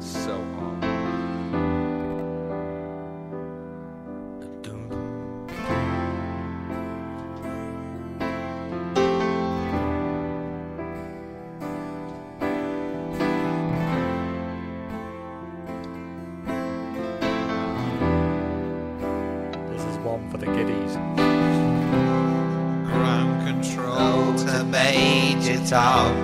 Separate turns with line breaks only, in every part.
so hard.
This is one for the kiddies.
Ground control to Major Tom.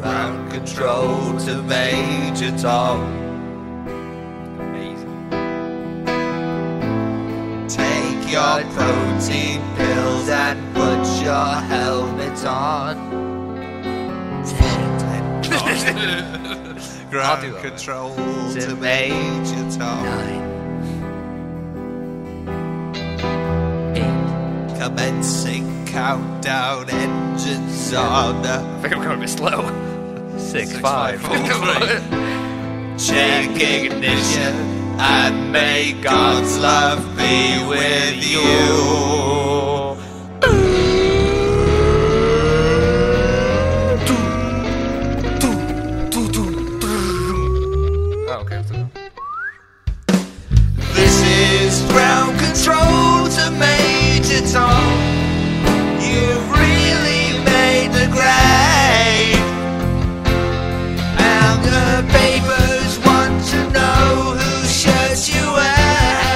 Ground control to Major Tom.
Amazing.
Take your protein pills and put your helmet on.
do
Ground
that.
control to Major Tom. Commencing countdown engines on.
I think I'm going a bit slow.
Six,
five, four, Check ignition and may God's love be with you.
Oh, okay. I'm still-
This is ground control to Major Tom. You've really made the grade. And the papers want to know whose shirt you wear.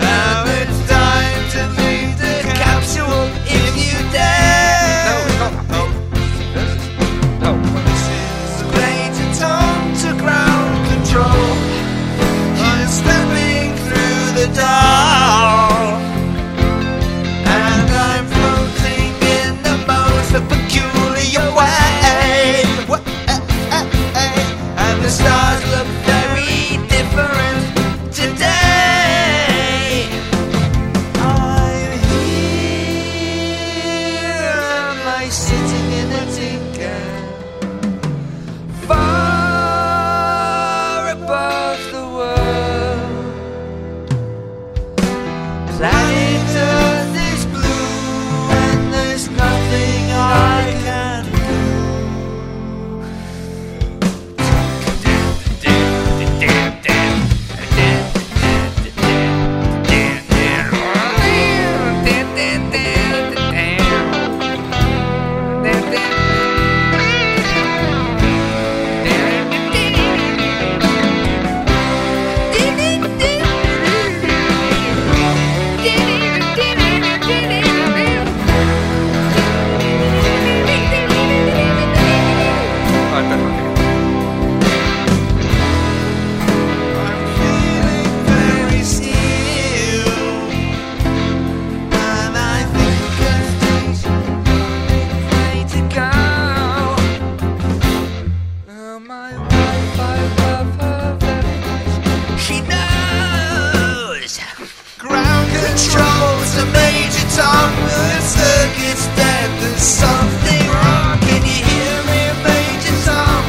Now it's time to leave the capsule if you dare.
No, it's not that. Oh, this is- oh,
This is Major Tom to ground control. I'm slipping through the door. And I'm floating in the most peculiar way. eh, And the stars look very different today. I'm here. Am I sitting in a tin can? Far above the world. Planet Earth is blue, and there's nothing I can do.
I bet I'm
I'm feeling very still, and I think a station is ready to go. Oh, my wife, I love her very much. She knows. Ground control's a major tom. The circuit's dead. There's something wrong. Can you hear me, Major Tom?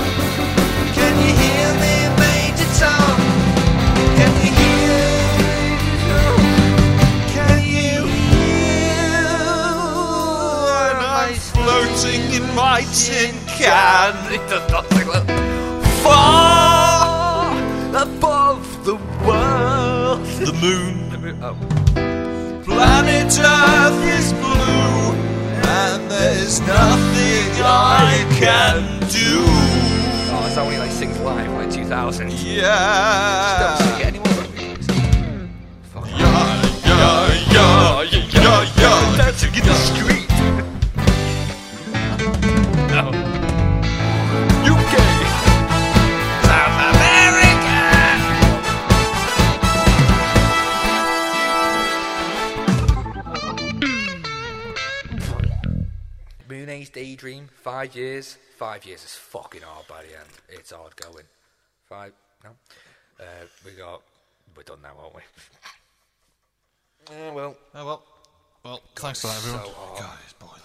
Can you hear me, Major Tom? Can you hear Can you hear? And I'm floating in my tin can. It does not Far above the world, the moon. Planet Earth is blue, and there's nothing I can do.
Oh, it's only like sings live, like 2000. Don't sing it
Yeah.
anymore. Fuck.
Yeah, yeah, yeah, yeah, yeah.
Dancing in the street. no. UK.
South America.
Moonage Daydream. Five years. Five years is fucking hard by the end. It's hard going. Five. No. Uh, we got. We're done now, aren't we? Uh, well,
Oh well, well.
Thanks for that, everyone.
So hard.
God, it's boiling.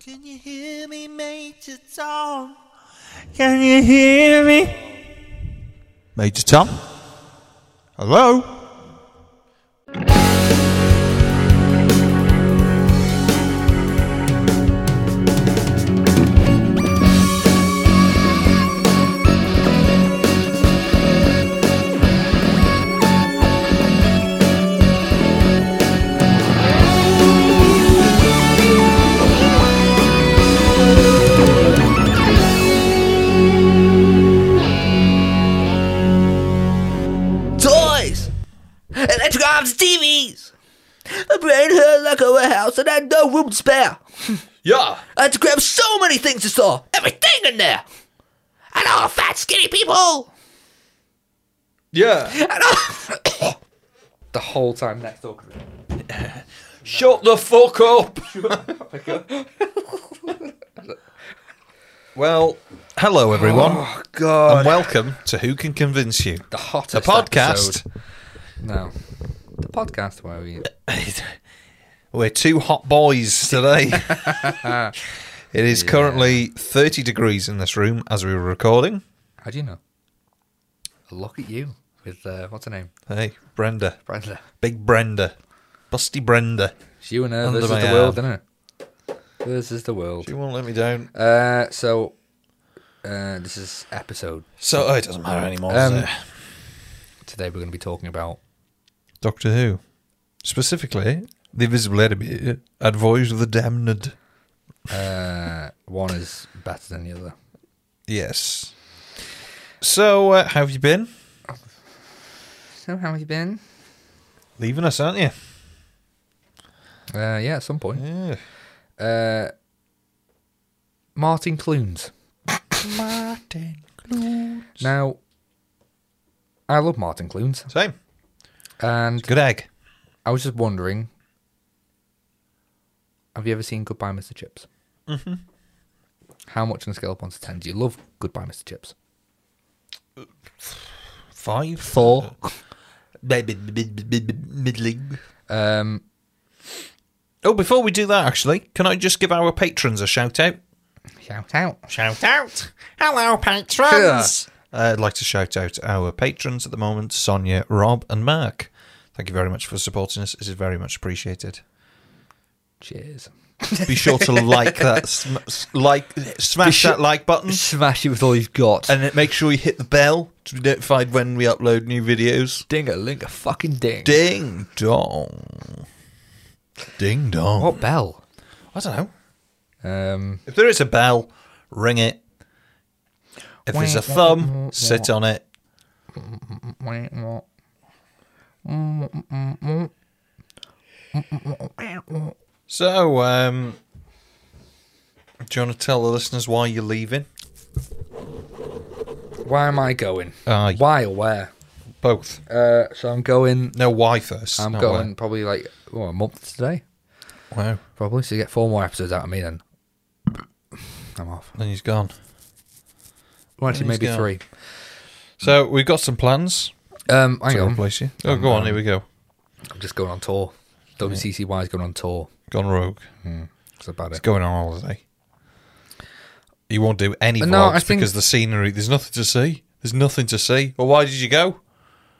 Can you hear me, Major Tom? Can you hear me?
Major Tom? Hello?
My brain hurt like a warehouse and I had no room to spare.
Yeah.
I had to grab so many things to store. Everything in there. And all fat, skinny people.
Yeah.
And all...
The whole time next door.
Shut the fuck up! well, hello everyone,
Oh God.
and welcome to Who Can Convince You,
the
the
hottest
podcast
episode. No. The podcast where we
We're two hot boys today. it is currently 30 degrees in this room as we were recording.
How do you know? Look at you with uh, what's her name?
Hey, Brenda.
Brenda.
Big Brenda. Busty Brenda.
It's you and her
Under
versus
my
"Uh, the world,
arm.
isn't it? Versus the world.
She won't let me down.
Uh, so uh, this is episode
So oh, it doesn't matter anymore,
Um,
does it?
today we're gonna be talking about
Doctor Who. Specifically, the invisible enemy and Voyage of the Damned.
uh, one is better than the other.
Yes. So, uh, how have you been?
So how have you been?
Leaving us, aren't you?
Uh, yeah, at some point.
Yeah.
Uh, Martin Clunes.
Martin.
Now, I love Martin Clunes,
Same.
and
Good egg.
I was just wondering, have you ever seen Goodbye, Mr. Chips? Mm-hmm. How much on a scale of one to ten do you love Goodbye, Mr. Chips?
Five. Four. Middling.
Um,
Oh, before we do that, actually, can I just give our patrons a shout out?
shout out.
Shout out! Hello, patrons! Uh, I'd like to shout out our patrons at the moment Sonia, Rob, and Mark. Thank you very much for supporting us. It is very much appreciated.
Cheers.
Be sure to like that, sm- s- like, smash that like button,
Smash it with all you've got.
Mm. and then make sure you hit the bell to be notified when we upload new videos.
ding a link a fucking ding.
Ding dong. Ding dong.
What bell?
I don't know.
Um,
If there is a bell, ring it. If there's a thumb, sit on it. So, um, do you want to tell the listeners why you're leaving?
why am I going?
Uh,
Why or where?
both.
Uh, so I'm going.
No, why first?
I'm
not
going probably like what, a month today,
where. Wow.
probably. So you get four more episodes out of me then. I'm off.
Then he's gone.
Well, actually,
He's
maybe
gone.
three.
So we've got some plans
Um, hang
to
on.
replace you. Oh, go on. Here we go.
I'm just going on tour. WCCY is going on tour.
Gone rogue.
That's about
It's
it.
going on holiday. You won't do any
No,
vlogs
I think-
because the scenery. There's nothing to see. There's nothing to see. Well, why did you go?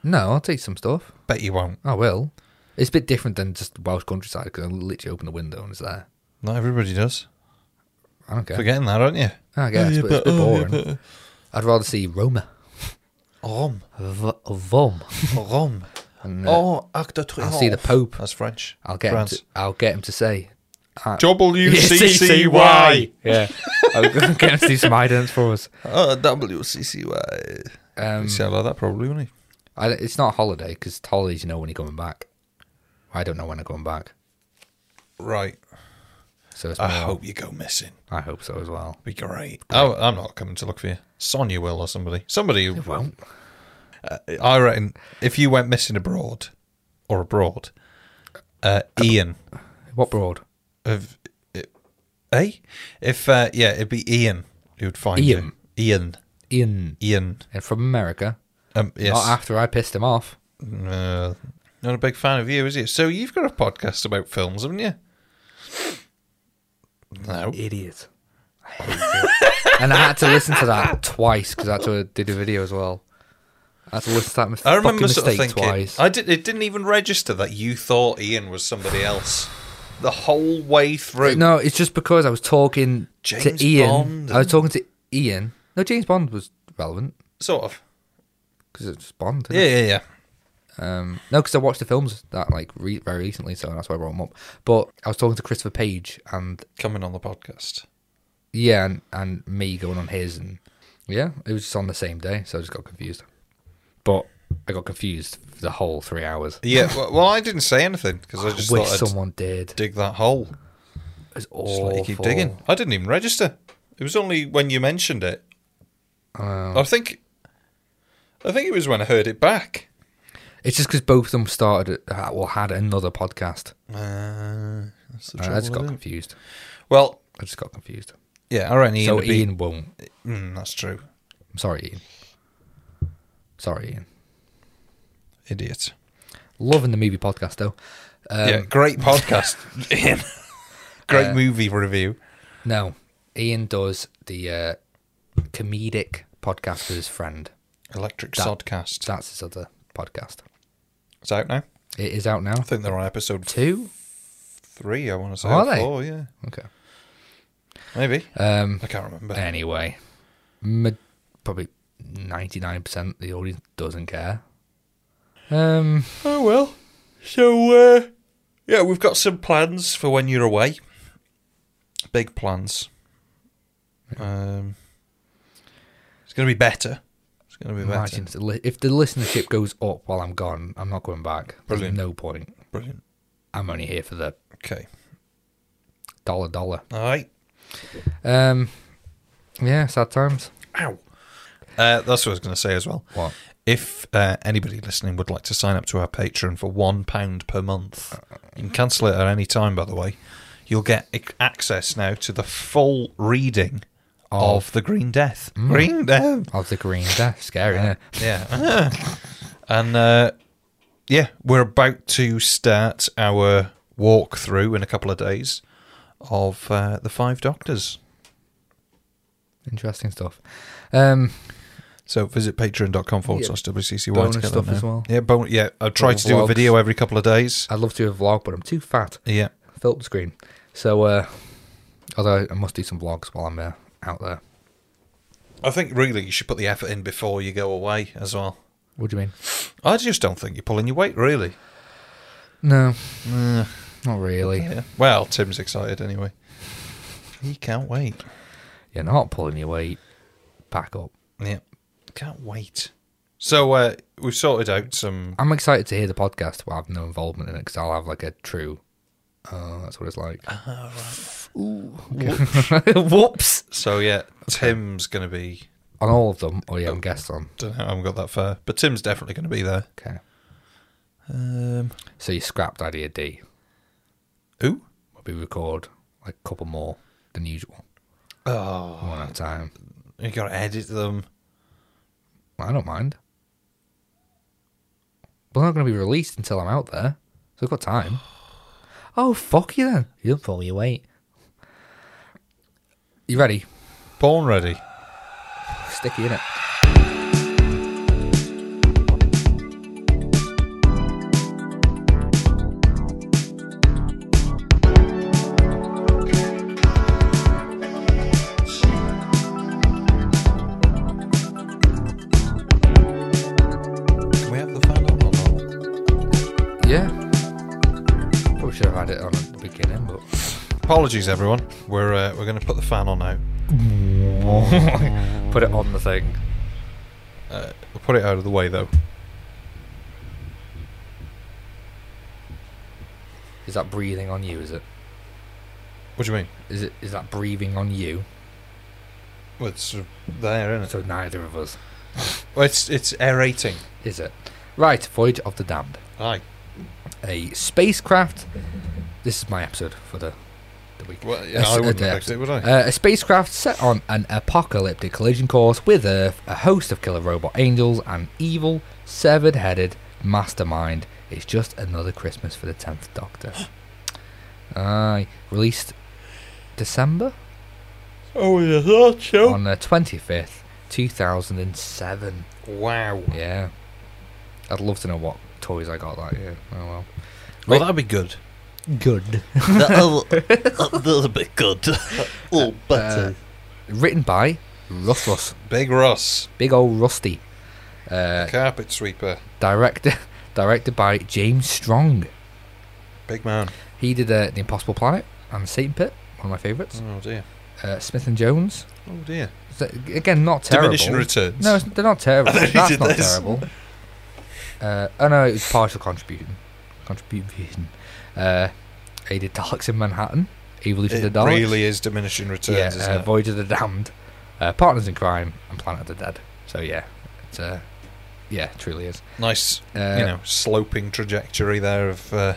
No, I'll take some stuff.
Bet you won't.
I will. It's a bit different than just Welsh countryside because I literally open the window and it's there.
Not everybody does.
I don't care.
Forgetting that, aren't you?
I guess,
yeah,
but it's a
but-
bit
oh, yeah,
boring. I'd rather see Roma.
Rome.
V- Vom.
Rome.
And, uh,
Oh, acte de
I'll see the Pope.
That's French.
I'll get him
France.
to, uh, I'll get him to say
WCCY.
Yeah, I'll get him to do some eye dance for us.
Oh, WCCY.
Um,
He'd sound like that probably, wouldn't he?
I, it's not a holiday because holidays, you know when you're coming back. I don't know when I'm coming back,
Right.
so it's
I
more,
hope you go missing.
I hope so as well.
Be great. Oh, I'm not coming to look for you. Sonia will or somebody. Somebody who
Well,
I reckon if you went missing abroad or abroad, uh, Ian
what broad?
of eh? If uh, yeah, it'd be Ian who'd find
Ian.
you. Ian.
In
Ian.
and eh, from America.
Um, yes.
Not after I pissed him off.
Uh, not a big fan of you, is he? So you've got a podcast about films, haven't you? No.
Idiot. and I had to listen to that twice because I had to do the video as well. I had to listen to that mis-
I remember
fucking
sort of
mistake
thinking.
twice.
I did. It didn't even register that you thought Ian was somebody else the whole way through.
No, it's just because I was talking
James
to Ian.
Bond
I was talking to Ian. No, James Bond was relevant
Sort of.
because it's Bond. isn't
Yeah,
it?
yeah, yeah.
Um, no, because I watched the films that like re- very recently, so that's why I brought them up. But I was talking to Christopher Page, and
Coming on the podcast.
yeah, and, and me going on his, and yeah, it was just on the same day, so I just got confused. But I got confused for the whole three hours.
Yeah, well, well, I didn't say anything because I just
Wish
thought I'd
someone did.
dig that hole.
It's
Just
awful.
let you keep digging. I didn't even register. It was only when you mentioned it. I think, I think it was when I heard it back.
It's just because both of them started at, or had another podcast.
Uh, that's
And
the trouble,
I just got
isn't it?
confused.
Well,
I just got confused.
yeah, I reckon Ian
so
would be-
Ian won't.
Mm, that's true.
I'm sorry, Ian. Sorry, Ian.
Idiot.
Loving the movie podcast though. Um,
yeah, great podcast, Ian. great
Uh,
movie review.
No, Ian does the uh, comedic podcast with his friend.
Electric
that-
Sodcast.
That's his other podcast.
It's out now.
It is out now.
I think they're on episode
Two.
three, I want to say.
Are
or
they?
Four, yeah.
Okay.
Maybe.
Um.
I can't remember.
Anyway, ma- probably ninety nine percent the audience doesn't care. Um.
Oh well. So uh yeah, we've got some plans for when you're away. Big plans. Um It's going to be better. It's going to be better.
Imagine if the li- if the listenership goes up while I'm gone, I'm not going back. There's
Brilliant.
no point.
Brilliant.
I'm only here for the
Okay.
dollar dollar.
All right.
Um, yeah, sad times.
Ow. Uh, that's what I was going to say as well.
What?
If uh, anybody listening would like to sign up to our Patreon for one pound per month, you can cancel it at any time. By the way, you'll get ac- access now to the full reading of, Mm. the Green Death. Green Death.
Of the Green Death, scary. innit?
Yeah. and uh, yeah, we're about to start our walkthrough in a couple of days of uh, the Five Doctors.
Interesting stuff. Um,
So visit patreon.com forward
Yeah,
slash WCCY.
bonus
to get that
stuff
now.
as well.
Yeah, bon- yeah. I try
Little Uh,
to do
vlogs.
a video every couple of days.
I'd love to do a vlog, but I'm too fat.
Yeah.
Filter screen. So, uh, although I must do some vlogs while I'm uh, out there.
I think really you should put the effort in before you go away as well.
What do you mean?
I just don't think you're pulling your weight, really.
No, not really.
Yeah. Well, Tim's excited anyway. He can't wait.
You're not pulling your weight. Pack up.
Yeah. Can't wait. So uh, we've sorted out some.
I'm excited to hear the podcast, but I have no involvement in it because I'll have like a true. Oh, that's what it's like. Ooh. Whoops.
So yeah, Tim's going to be.
On all of them. Oh, yeah, I'm guest on.
Don't know. how I haven't got that far, but Tim's definitely going to be there.
Okay.
Um.
So you scrapped idea D.
Who?
We record like a couple more than usual.
Oh,
One at a time.
you got to edit them.
I don't mind. But they're not going to be released until I'm out there. So I've got time. Oh, fuck you then. You don't pull your weight. You ready?
Born ready.
Sticky, innit?
Can we have the fan on or not?
Yeah. Probably should have had it on at the beginning, but
Apologies, everyone. We're uh, we're going to put the fan on now.
put it on the thing.
We'll put it out of the way though.
Is that breathing on you? Is it?
What do you mean?
Is it? Is that breathing on you?
Well, it's uh, there, isn't it?
So neither of us.
Well, it's it's aerating.
Is it? Right, Voyage of the Damned.
Aye.
A spacecraft. This is my episode for the, the week.
Well,
Uh,
yeah,
s-
I
uh,
wouldn't
the
have picked
episode.
it, would I?
Uh, a spacecraft set on an apocalyptic collision course with Earth, a host of killer robot angels, and evil, severed headed mastermind. It's just another Christmas for the 10th Doctor. Aye. Released December?
oh, yeah, that show.
On the 25th, 2007.
Wow.
Yeah. I'd love to know what toys I got that year. Oh well.
Well, that'd be good.
Good.
That'll, that'll be good. Oh,
Uh,
butter.
Written by Russ Russ.
Big Russ,
Big old Rusty. Uh,
carpet sweeper,
directed directed by James Strong.
big man.
He did uh, The Impossible Planet and Satan Pit, one of my favourites.
Oh dear.
Uh, Smith and Jones.
Oh dear.
So, again, not terrible.
Diminishing returns.
No, it's, they're not terrible.
I thought you
That's
did
not
this.
terrible. Uh, oh no, it was partial contribution. Contribution. Uh, he did Daleks in Manhattan. Evolution
It
of the Daleks.
really is diminishing returns,
yeah,
isn't
uh,
it?
Voyage of the Damned, uh, Partners in Crime, and Planet of the Dead. So yeah, it's uh, yeah, it truly is.
nice,
Uh,
you know, sloping trajectory there of uh,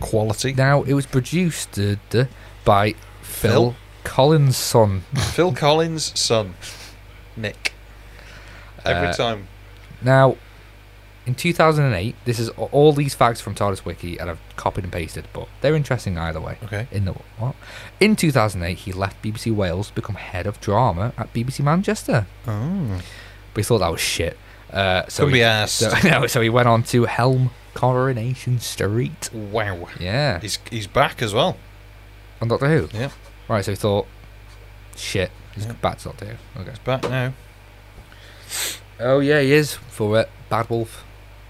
quality.
Now it was produced uh, duh, by Phil,
Phil?
Collins' son.
Phil Collins' son, Nick. Every
Uh,
time.
Now, in 2008, this is a- all these facts from TARDIS Wiki, and I've copied and pasted, but they're interesting either way.
Okay.
In the what? In 2008, he left BBC Wales to become head of drama at BBC Manchester.
Oh.
But he thought that was shit. Uh, so
Couldn't
he,
be asked.
So, no, so he went on to Helm Coronation Street.
Wow.
Yeah.
He's he's back as well.
On Doctor Who?
Yeah.
Right, so he thought, shit, he's
Yeah.
back to Doctor Who. Okay.
He's back now.
Oh, yeah, he is for uh, Bad Wolf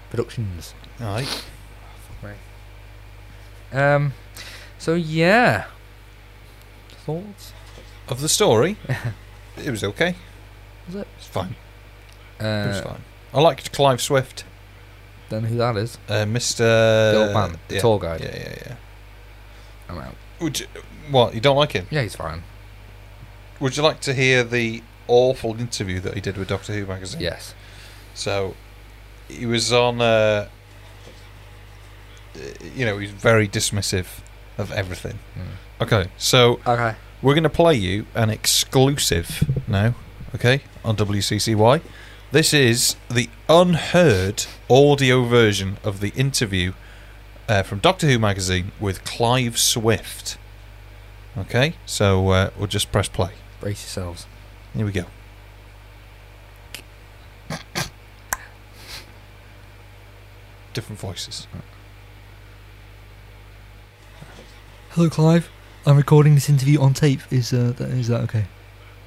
Productions.
Right.
Um, so, yeah. Thoughts?
Of the story, it was okay.
Was it?
It's fine. it was
Uh,
fine. I liked Clive Swift,
don't know who that is.
uh, Mr.
The old man, the
yeah.
tall guy.
Yeah, yeah, yeah.
I'm out.
Would you, what you don't like him?
Yeah, he's fine.
Would you like to hear the awful interview that he did with Doctor Who magazine?
Yes.
So he was on, uh, you know, he's very dismissive of everything.
Mm.
Okay, so
Okay.
we're going to play you an exclusive now, okay, on WCCY. This is the unheard audio version of the interview uh, from Doctor Who magazine with Clive Swift. Okay, so uh, we'll just press play.
Brace yourselves.
Here we go. Different voices.
Hello, Clive. I'm recording this interview on tape. Is uh, that is that okay?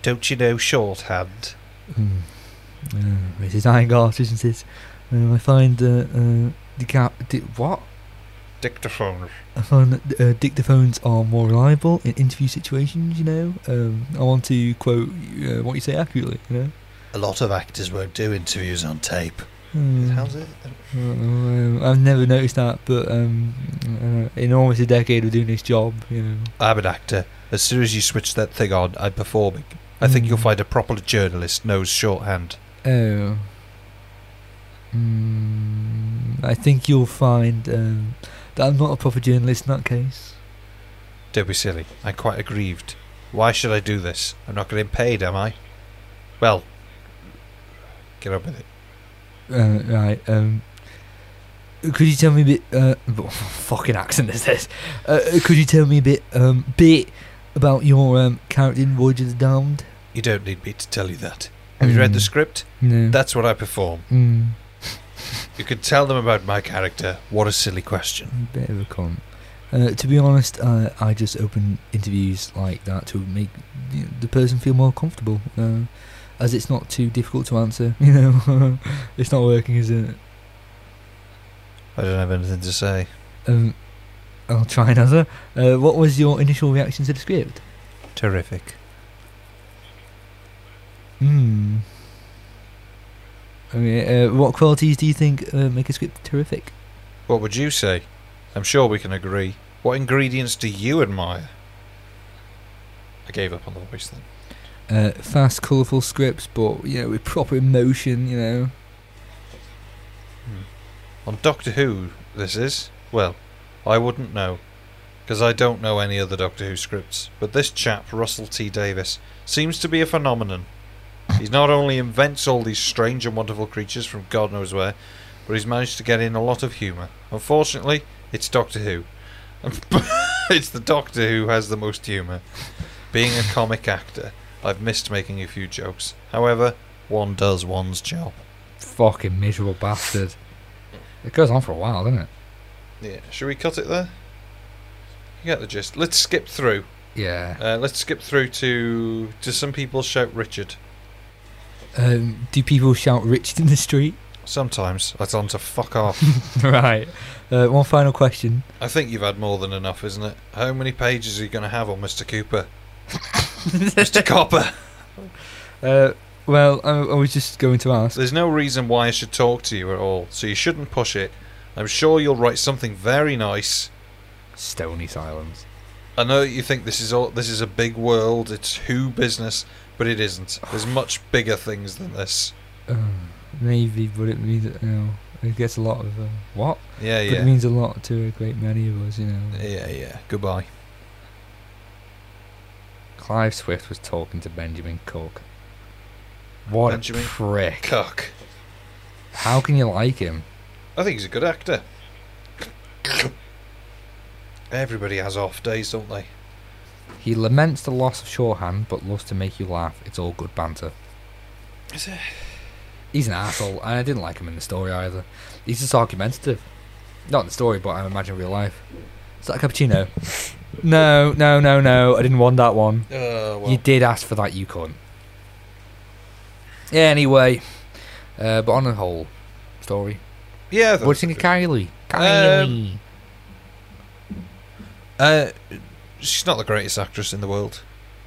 Don't you know shorthand?
Hmm. Uh, it's dying art, isn't it? Um, I find uh, uh, the cap. Di- what?
Dictaphone.
I find that uh, dictaphones are more reliable in interview situations. You know, um, I want to quote uh, what you say accurately. You know.
A lot of actors won't do interviews on tape.
Hmm.
it?
Uh, um, I've never noticed that, but um, uh, in almost a decade of doing this job, you know.
I'm an actor. As soon as you switch that thing on, I'm performing. I think
Hmm.
you'll
Mm.
find a proper journalist knows shorthand.
Oh. Mm, I think you'll find um, that I'm not a proper journalist in that case.
Don't be silly. I'm quite aggrieved. Why should I do this? I'm not getting paid, am I? Well, get on with it.
Uh, right. Um, could you tell me a bit? Uh,
What fucking accent is this?
uh, could you tell me a bit, um, bit about your um, character in Voyage of the Damned?
You don't need me to tell you that. Have you read the
Mm.
script?
Hmm.
No.
That's what I perform.
mm,
You can tell them about my character. What a silly question.
bit of a con. Uh, to be honest, uh, I just open interviews like that to make you know, the person feel more comfortable, uh, as it's not too difficult to answer. You know, it's not working, is it?
I don't have anything to say.
Um, I'll try another. Uh, what was your initial reaction to the script?
Terrific.
Hmm. Okay, uh, what qualities do you think uh, make a script terrific?
What would you say? I'm sure we can agree. What ingredients do you admire? I gave up on the voice then.
Uh, fast, colourful scripts, but you know, with proper emotion. You know.
On Doctor Who, this is? Well, I wouldn't know. Because I don't know any other Doctor Who scripts. But this chap, Russell T. Davis, seems to be a phenomenon. He's not only invents all these strange and wonderful creatures from God knows where, but he's managed to get in a lot of humour. Unfortunately, it's Doctor Who. it's the Doctor who has the most humour. Being a comic actor, I've missed making a few jokes. However, one does one's job.
Fucking miserable bastard. It goes on for a while, doesn't it?
Yeah, should we cut it there? You get the gist. Let's skip through.
Yeah.
Uh, let's skip through to to some people shout Richard.
Um, do people shout "Richard" in the street?
Sometimes I tell them to fuck off.
right. Uh, one final question.
I think you've had more than enough, isn't it? How many pages are you going to have on Mr. Cooper? Mr. Copper.
Uh,
Well, I, I was just going to ask.
There's no reason why I should talk to you at all, so you shouldn't push it. I'm sure you'll write something very nice.
Stony silence.
I know that you think this is all this is a big world, it's who business, but it isn't. There's much bigger things than this.
Uh, maybe, but it means you know, it gets a lot of uh, what?
Yeah,
But it
yeah.
means a lot to a great many of us, you know.
Yeah, yeah. Goodbye.
Clive Swift was talking to Benjamin Cook. What
Benjamin
a prick.
Cuck.
How can you like him?
I think he's a good actor. Everybody has off days, don't they?
He laments the loss of shorthand, but loves to make you laugh. It's all good banter.
Is it?
He's an asshole, and I didn't like him in the story either. He's just argumentative. Not in the story, but I imagine in real life. Is that a cappuccino? no, no, no, no. I didn't want that one.
Uh, well,
You did ask for that, you cunt. Yeah, anyway. Uh, but on the whole, story.
yeah. I thought
What do you
it
think of
was
Kylie?
Uh,
Kylie.
good. Uh, she's not the greatest actress in the world,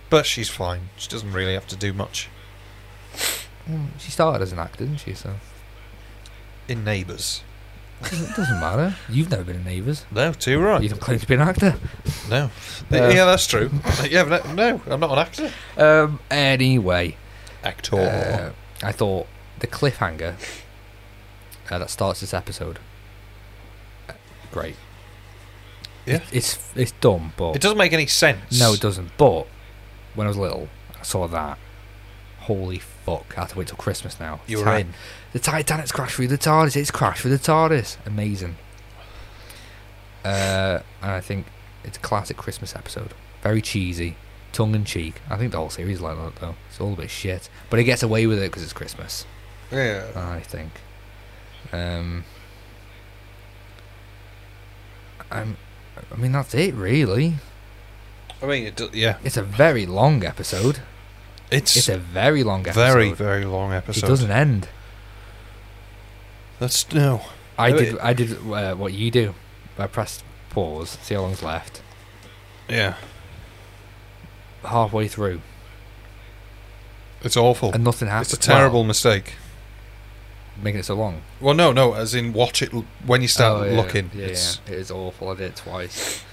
but she's fine. She doesn't really have to do much.
Well, Hmm, she started as an actor, didn't she? So
In Neighbours.
it doesn't matter. You've never been in Neighbours.
No, too
You
right.
don't claim to be an actor.
No.
Uh,
yeah, that's true. yeah, but no, no, I'm not an actor.
Um. Anyway,
Actor.
uh, I thought the cliffhanger uh, that starts this episode. uh, Great.
Yeah.
It- It's it's dumb, but
Uh, it doesn't make any sense.
no, it doesn't. But when I was little, I saw that. Holy fuck! I have to wait till Christmas now.
You're
Ti-
in.
The Titanic's crashed through the TARDIS. It's crashed through the TARDIS. Amazing. Uh, and I think it's a classic Christmas episode. Very cheesy, tongue in cheek. I think the whole series is like that though. It's all a bit shit, but it gets away with it because it's Christmas.
Yeah.
I think. Um, I'm, I mean that's it really.
I mean, it do, yeah.
It's a very long episode.
It's,
It's a very long episode.
very, very long
It
episode.
doesn't end.
That's no.
I
No,
did.
it-
I did uh, what you do. I pressed pause. See how long's left.
Yeah.
Halfway through,
It's awful.
and nothing happened.
Oh, It's a terrible mistake.
Well, making it so long.
Well, no, no. As in, watch it l- when you start
Oh, yeah,
looking.
Yeah,
it's,
yeah, it is awful. I did it twice.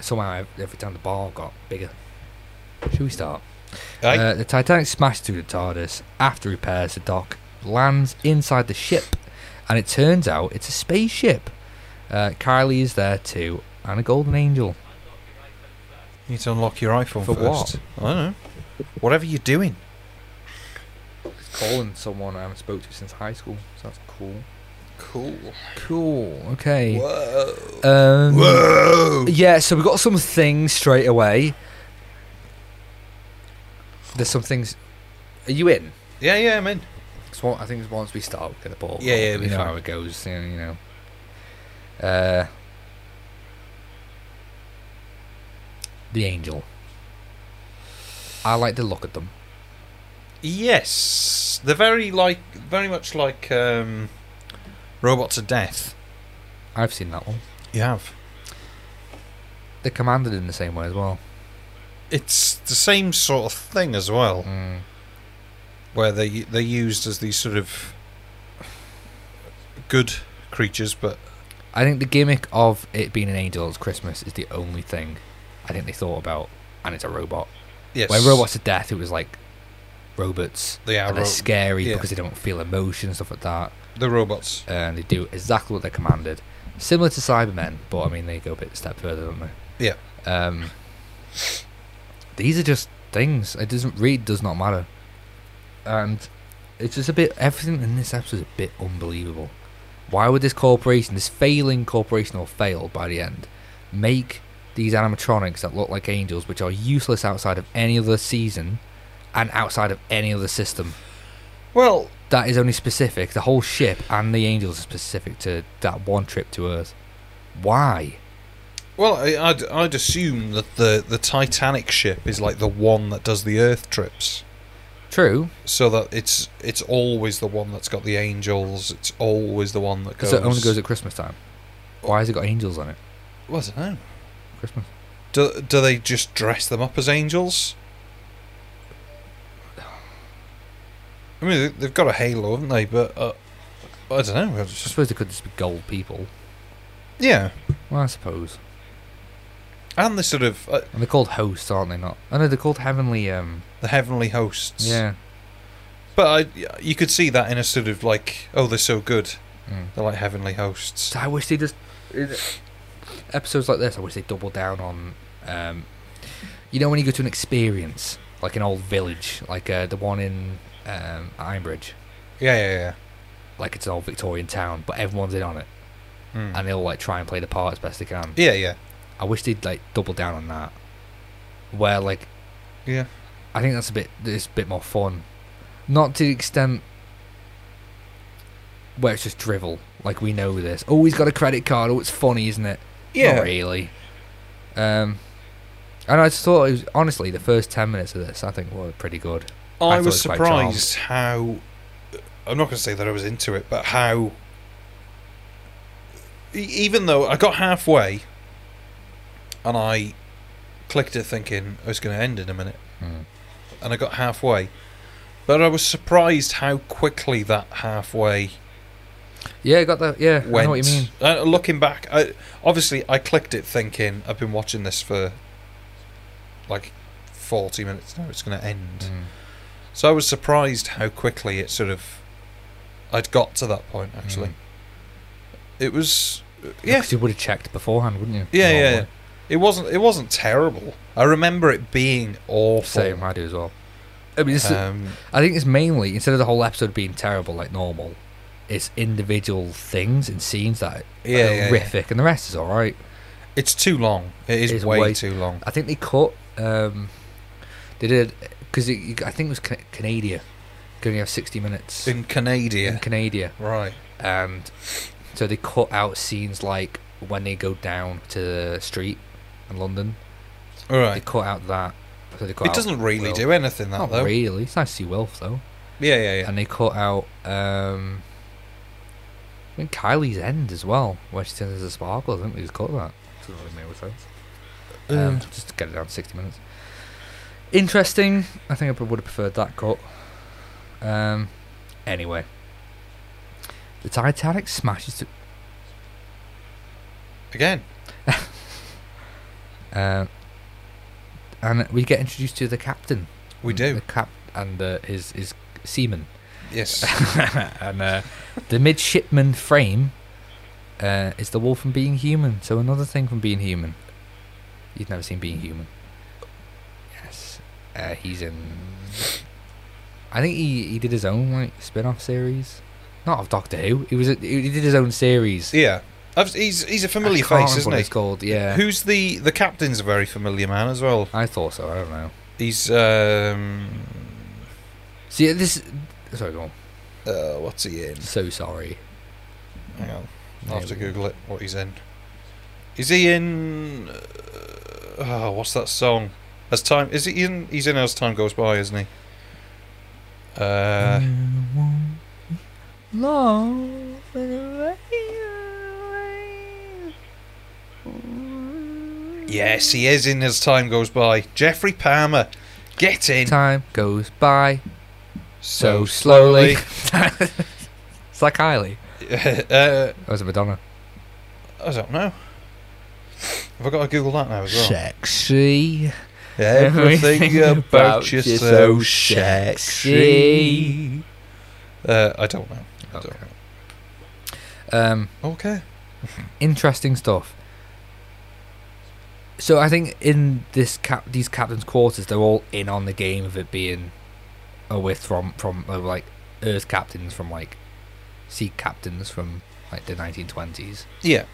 Somehow, ev- every time the bar got bigger. Should we start?
I,
Uh, the Titanic smashed through the TARDIS. After repairs, the dock lands inside the ship, and it turns out it's a spaceship. Uh, Kylie is there too, and a golden angel.
you need to unlock your iPhone
For
first. What? I don't know. Whatever you're doing.
Calling someone I haven't spoke to since high school. So that's cool.
Cool.
Cool. Okay.
Whoa.
Um,
Whoa.
Yeah, so we got some things straight away. There's some things. Are you in?
Yeah, yeah. I'm in.
'Cause one- I think it's once we start, we'll get the ball.
Yeah, yeah, it'll
You
be
know
fine.
how it goes. You know. You know. Uh, the angel. I like to look at them.
Yes, they're very like, very much like um, robots of death.
I've seen that one.
You have.
They're commanded in the same way as well.
It's the same sort of thing as well,
Mm.
where they they're used as these sort of good creatures, but
I think the gimmick of it being an angel at Christmas is the only thing I think they thought about, and it's a robot.
yes,
Where robots of death, it was like robots,
They are
and they're
ro-
scary
yeah.
because they don't feel emotion and stuff like that,
the robots.
and they do exactly what they're commanded. Similar to Cybermen, but I mean they go a bit step further, don't they?
Yeah.
Um, these are just things. It doesn't read does not matter, and it's just a bit. Everything in this episode is a bit unbelievable. Why would this corporation, this failing corporation, or fail by the end, make these animatronics that look like angels, which are useless outside of any other season and outside of any other system?
Well,
That is only specific. The whole ship and the angels are specific to that one trip to Earth. Why?
well, I, I'd I'd assume that the the Titanic ship is like the one that does the Earth trips,
True.
so that it's it's always the one that's got the angels. It's always the one that goes.
Because it only goes at Christmas time. Why has it got angels on it?
Well, I don't know.
Christmas.
Do, do they just dress them up as angels? I mean, they- they've got a halo, haven't they? But uh, I don't know. I
I
just-
suppose they could just be gold people.
yeah,
Well, I suppose.
and the sort of uh,
And they're called hosts, aren't they? Not. I know they're called heavenly. Um.
the heavenly hosts.
Yeah.
But I, you could see that in a sort of like, oh, they're so good.
Mm.
They're like heavenly hosts.
So I wish they just in episodes like this. I wish they double down on, um, you know, when you go to an experience like an old village, like uh, the one in um, Ironbridge,
Yeah, yeah,
like it's an old Victorian town, but everyone's in on it,
yeah. Mm.
and they'll like try and play the part as best they can.
yeah, yeah,
I wish they'd like double down on that, where like
yeah.
I think that's a bit it's a bit more fun, not to the extent where it's just drivel. Like we know this. Oh, he's got a credit card. Oh, it's funny, isn't it?
Yeah.
Not really. Um, and I just thought it was honestly the first ten minutes of this I think were pretty good. I
I,
thought
was
it was quite charmed.
surprised how. I'm not going to say that I was into it, but how. e- Even though I got halfway, and I clicked it thinking I was going to end in a minute,
Mm.
and I got halfway, but I was surprised how quickly that halfway
Yeah, I got that. Yeah, I know what you mean.
Uh, looking back, I, obviously, I clicked it thinking I've been watching this for like 40 minutes now. It's going to end.
Mm.
So I was surprised how quickly it sort of. I'd got to that point actually.
Mm.
It was,
Yeah,
yeah,
'cause you would have checked beforehand, wouldn't you?
yeah, yeah, yeah.
Normally.
It wasn't. It wasn't terrible. I remember it being awful.
Same, I do as well. I mean, it's,
Um,
I think it's mainly instead of the whole episode being terrible like normal, it's individual things and scenes that
yeah,
are
yeah, yeah.
horrific, and the rest is all right.
It's too long. It is
It's
way,
way-
too long.
I think they cut. Um, they did because I think it was Can- Canada. Could only have sixty minutes
In
in
Canada,
Canada,
right?
and so they cut out scenes like when they go down to the street in London.
All
They
right.
cut out that. So they cut
It
out
doesn't really
Wilf.
do anything that
Not
though.
really. It's nice to see Wilf though.
Yeah, yeah, yeah.
and they cut out um I think Kylie's end as well, where she turns into sparkles. I think they just cut that. Doesn't really make any sense.
Mm.
Um, just to get it down to sixty minutes. Interesting. I think I would have preferred that cut. Um. Anyway, the Titanic smashes. To,
Again,
uh, and we get introduced to the captain.
we
Mm,
do.
The cap and uh, his his seaman.
Yes.
and uh, the midshipman frame uh, is the wall from being human. So another thing from being human. You've never seen Being Human. Yes, uh, he's in. I think he, he did his own like spin-off series, not of Doctor Who. He was a, he did his own series.
Yeah. I've, he's he's a
I
familiar
can't remember
face, isn't
what
he?
It's called yeah.
Who's the the captain's a very familiar man as well.
I thought so. I don't know.
He's um
See this. Sorry, go on.
uh, what's he in?
So sorry.
Hang on, I'll have to Google it. What he's in? Is he in? Uh, oh, what's that song? As time is he in? He's in as time goes by, isn't he? Uh,
Mm. Long.
yes, he is in as time goes by. Jeffrey Palmer, get in
Time goes by so
so
slowly. it's like Kylie.
uh,
That was a Madonna.
I don't know. Have I got to Google that now as well?
Sexy.
Everything about you so sexy.
sexy.
Uh, I don't know. I
Okay.
don't know.
Um,
Okay.
interesting stuff. So I think in this cap, these captains' quarters, they're all in on the game of it being a with from from uh, like Earth captains from like sea captains from like the 1920s.
Yeah.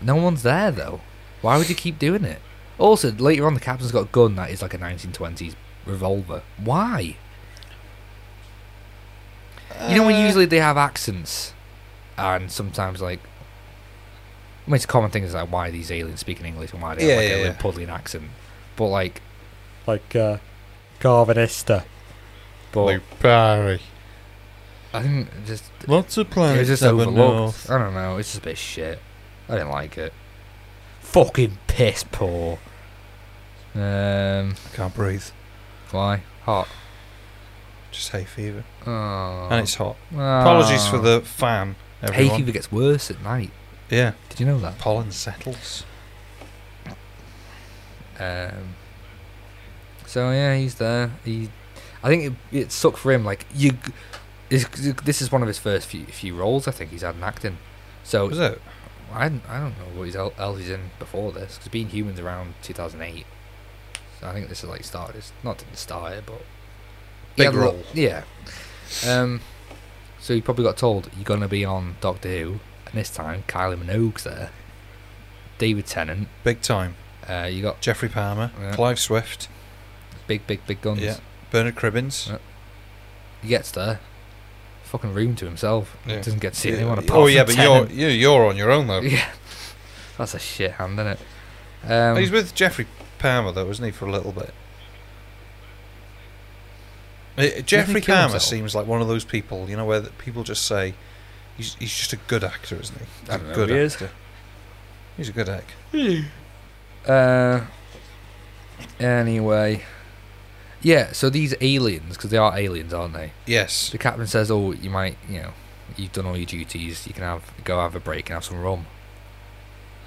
No one's there though. Why would you keep doing it? Also, later on, the captain's got a gun that is like a 1920s revolver. Why? You know when
Uh,
usually they have accents, and sometimes like, I mean, it's a common thing is like why are these aliens speaking English and why they
Yeah,
have like
yeah,
a
yeah.
Liverpudlian accent, but like,
Like uh, Garvinista.
but
Luke Barry.
I think it just
Lots of
it was
planets
just
have a
overlooked.
north.
I don't know. It's just a bit shit. I didn't like it. Fucking piss poor. Um,
I can't breathe.
why hot?
Just hay fever.
Oh. Ah.
And it's hot. Apologies for the fan,
Hay
everyone.
fever gets worse at night.
Yeah,
Did you know that?
pollen settles.
Um, so yeah, he's there. He, I think it, it sucked for him. Like you, this, this is one of his first few few roles. I think he's had in acting. So
Was it?
I, don't- I don't know what he's el- else he's in before this because being humans around 2008. So I think this is like started. It's not didn't start it, but he
Big
had a lot-
role.
Yeah. Um. So he probably got told you're gonna be on Doctor Who, and this time Kylie Minogue's there. David Tennant.
Big time.
Uh, you got
Jeffrey Palmer,
Yeah.
Clive Swift,
big, big, big guns.
Yeah. Bernard Cribbins.
Yeah. He gets there, fucking room to himself.
Yeah.
Doesn't get to see anyone apart
oh yeah,
from
but you're you, you're on your own though.
Tennant. Yeah, that's a shit hand, isn't it? Um,
He's with Jeffrey Palmer though, wasn't he, for a little bit? Uh, Jeffrey
kill
Palmer
himself?
seems like one of those people, you know, where that people just say, he's, he's just a good actor, isn't he? He's
I
a
don't know
good
who he is.
actor. He's a good actor.
Uh, anyway, yeah. So these aliens, because they are aliens, aren't they?
Yes.
The captain says, "Oh, you might, you know, you've done all your duties. You can have go have a break and have some rum."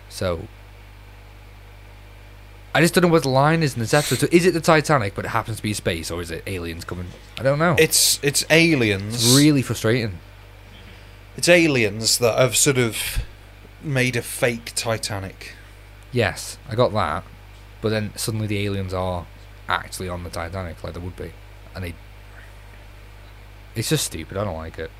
So, I just don't know what the line is in this episode. So, is it the Titanic, but it happens to be space, or is it aliens coming? I don't know.
It's it's aliens.
It's really frustrating.
It's aliens that have sort of made a fake Titanic.
Yes, I got that. But then suddenly the aliens are actually on the Titanic, like they would be. And they. It's just stupid. I don't like it.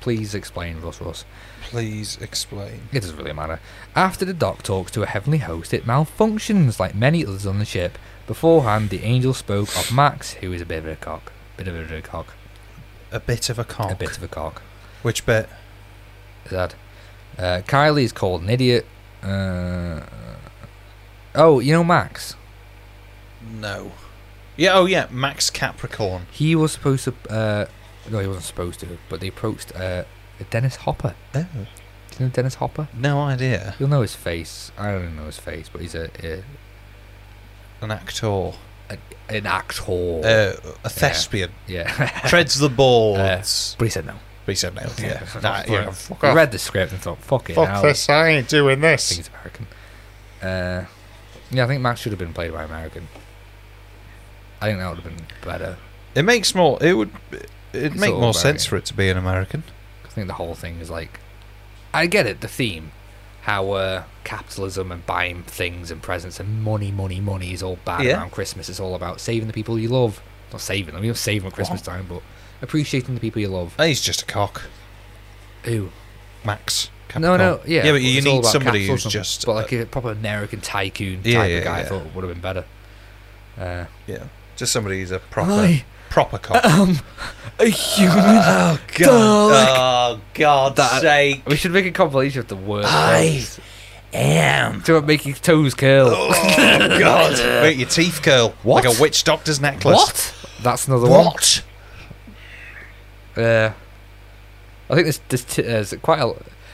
Please explain, Russ Russ.
Please explain.
It doesn't really matter. After the doc talks to a heavenly host, it malfunctions like many others on the ship. Beforehand, the angel spoke of Max, who is a bit of a cock. Bit of a cock.
A bit of a cock.
A bit of a cock.
Which bit?
Sad. Uh, Kylie is called an idiot. Uh, oh, you know Max?
No. Yeah. Oh yeah. Max Capricorn.
He was supposed to. Uh, no, he wasn't supposed to. But they approached uh, Dennis Hopper.
Oh,
Do you know Dennis Hopper?
no idea.
You'll know his face. I don't even know his face, but he's a, a
An actor.
an actor.
Uh, a thespian.
yeah,
Treads the boards.
but he said no.
but he said no. Yeah.
Nah,
nah, yeah.
I read the script and thought, "Fuck it, now I
I ain't doing
think
this.
it's American." Uh, yeah, I think Max should have been played by American. I think that would have been better.
It makes more. It would. It'd
It's
make
all
more
very-
sense for it to be an American.
I think the whole thing is like, I get it, the theme, how uh, capitalism and buying things and presents and money, money, money is all bad
Yeah.
around Christmas. It's all about saving the people you love. Not saving them, you're saving at Christmas time, but appreciating the people you love.
Uh, He's just a cock.
Who?
Max.
No,
Capricorn.
no, yeah.
Yeah, but you
it's all
need
about
somebody who's
capitalism,
just. uh,
but like a proper American tycoon type
Yeah, yeah,
of guy. I
yeah.
thought would have been better. Uh,
yeah. Just somebody who's a proper.
I
Proper cock.
Uh, a human.
Oh
God.
Oh God's
That-
sake!
we should make a compilation of the worst.
I
ones.
Am
Do it, make your toes curl.
oh God! Make your teeth curl
What?
like a witch doctor's necklace.
what? That's another one.
What?
Yeah. I think there's, there's, t- there's quite a.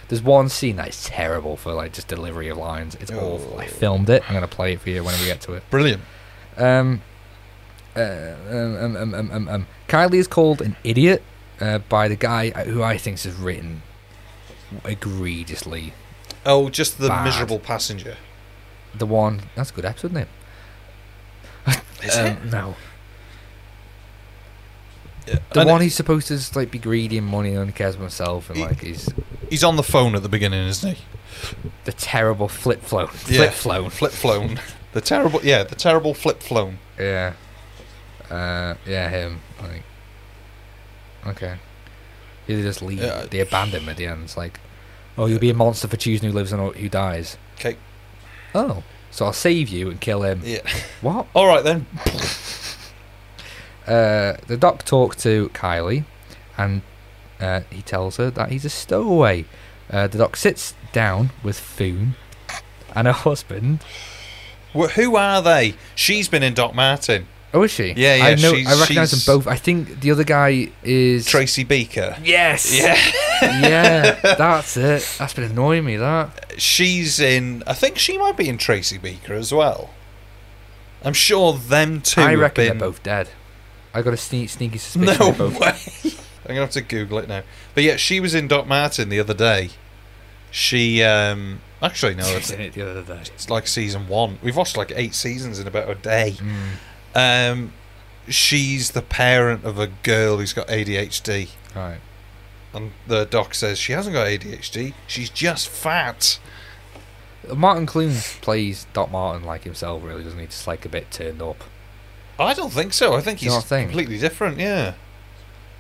There's one scene that is terrible for like just delivery of lines. It's awful. I filmed it. I'm gonna play it for you when we get to it.
Brilliant.
Um, uh, um, um, um, um, um, um. Kylie is called an idiot uh, by the guy who I think is written egregiously.
Oh, just the
Bad.
miserable passenger.
The one that's a good episode name.
Is
Um, No,
it?
the
And
one who's supposed to just, like be greedy and money and only cares about himself and
He-
like he's
He's on the phone at the beginning, isn't he?
the terrible flip flown,
Yeah.
flip flown.
Flip flown. the terrible. Yeah, the terrible flip flown.
Yeah. Uh, yeah, him. Like, okay. He just leave.
Yeah, I-
they abandon him at the end. It's like, oh, you'll be a monster for choosing who lives and who dies.
Okay.
Oh, so I'll save you and kill him.
Yeah.
What?
All right then.
Uh, the doc talks to Kylie, and uh, he tells her that he's a stowaway. Uh, the doc sits down with Foon and her husband.
Wh- who are they? She's been in Doc Martin.
Oh, is she?
Yeah,
I
yeah,
know.
she's-
I recognise them
she's-
both. I think the other guy is
Tracy Beaker.
Yes.
Yeah.
yeah, that's it. That's been annoying me. That
she's in. I think she might be in Tracy Beaker as well. I'm sure them two.
I
have
reckon
been-
they're both dead. I got a sne- sneaky suspicion.
No
they both-
way. I'm gonna have to Google it now. But yeah, she was in Doc Martin the other day. She um actually no, it's,
in it the other day.
it's like season one. We've watched like eight seasons in about a day.
Mm.
Um, she's the parent of a girl who's got ADHD,
Right.
and the doc says she hasn't got ADHD. She's just fat.
Martin Clunes plays Doc Martin like himself, really, doesn't he? Just like a bit turned up.
I don't think so. I think
You know
he's
what I think?
completely different. Yeah.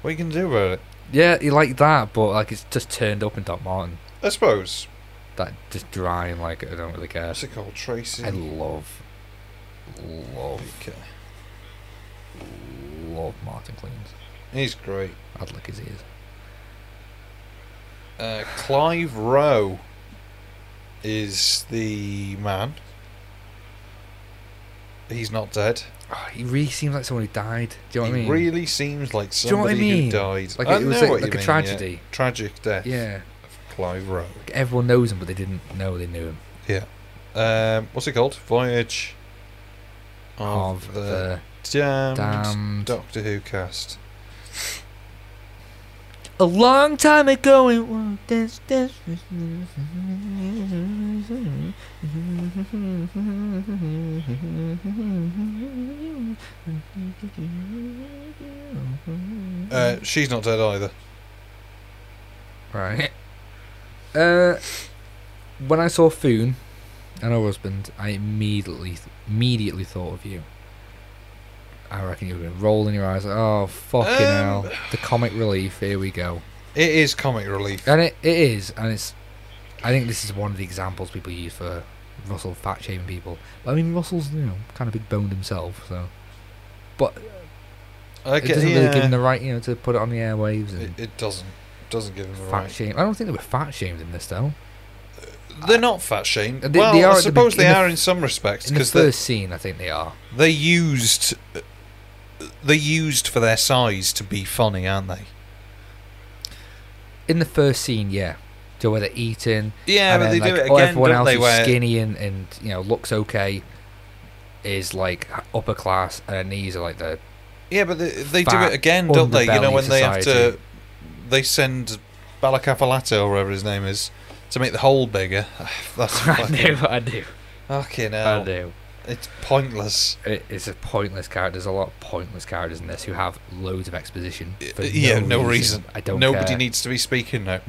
What are you gonna do about it?
Yeah, he like that, but like it's just turned up in Doc Martin.
I suppose.
That just dry and like I don't really care.
What's it called, Tracy? Oh,
I love, love,
Okay.
love Martin Clunes.
He's great.
I'd lick his ears.
Uh, Clive Rowe is the man. He's not dead.
Oh, he really seems like someone who died. Do you know what
he
I mean?
really seems like
you know what I
somebody
mean?
who died.
Like,
I
it was
know
like-
what
like
you
a
mean, yeah.
tragedy.
Tragic death
yeah.
of Clive Rowe.
Like, everyone knows him, but they didn't know they knew him.
Um, what's it called? Voyage
Of,
of, the,
the,
damned,
damned.
Doctor Who cast.
A long time ago, it was this, this.
Uh, she's not dead either.
Right. Uh, when I saw Foon and her husband, I immediately immediately thought of you. I reckon you were going to roll in your eyes like, oh, fucking
Um,
hell. The comic relief, here we go.
It is comic relief.
And it, it is, and it's. I think this is one of the examples people use for Russell fat shaving people. But I mean, Russell's you know kind of big boned himself, so
I
it
get,
doesn't really give
yeah.
him the right you know to put it on the airwaves and
It, it doesn't. Doesn't give him the
fat
right.
shame. I don't think they were fat shamed in this though.
They're not fat shamed.
Uh, they-
well,
they are at
I
the
suppose
beg-
they
in the
are
f-
in some respects
In the
because they,
first scene, I think they are.
they used they used for their size to be funny, aren't they?
In the first scene, yeah. So where they're eating,
Yeah,
and
but
then,
they
like,
do it
oh,
again,
everyone
don't
else
they?
is
Where
skinny and, and you know looks okay, is like upper class, and her knees are like the
yeah, but they, they do
fat
it again, don't they? You
underbelly
know when they have to
society.
they send Balacafalato or whatever his name is to make the hole bigger. That's
I do,
fucking,
I do,
fucking
I
hell.
do.
It's pointless.
it- it's a pointless character. There's a lot of pointless characters in this who have loads of exposition. For
Uh, yeah, no reason.
I don't.
Nobody
care.
needs to be speaking now.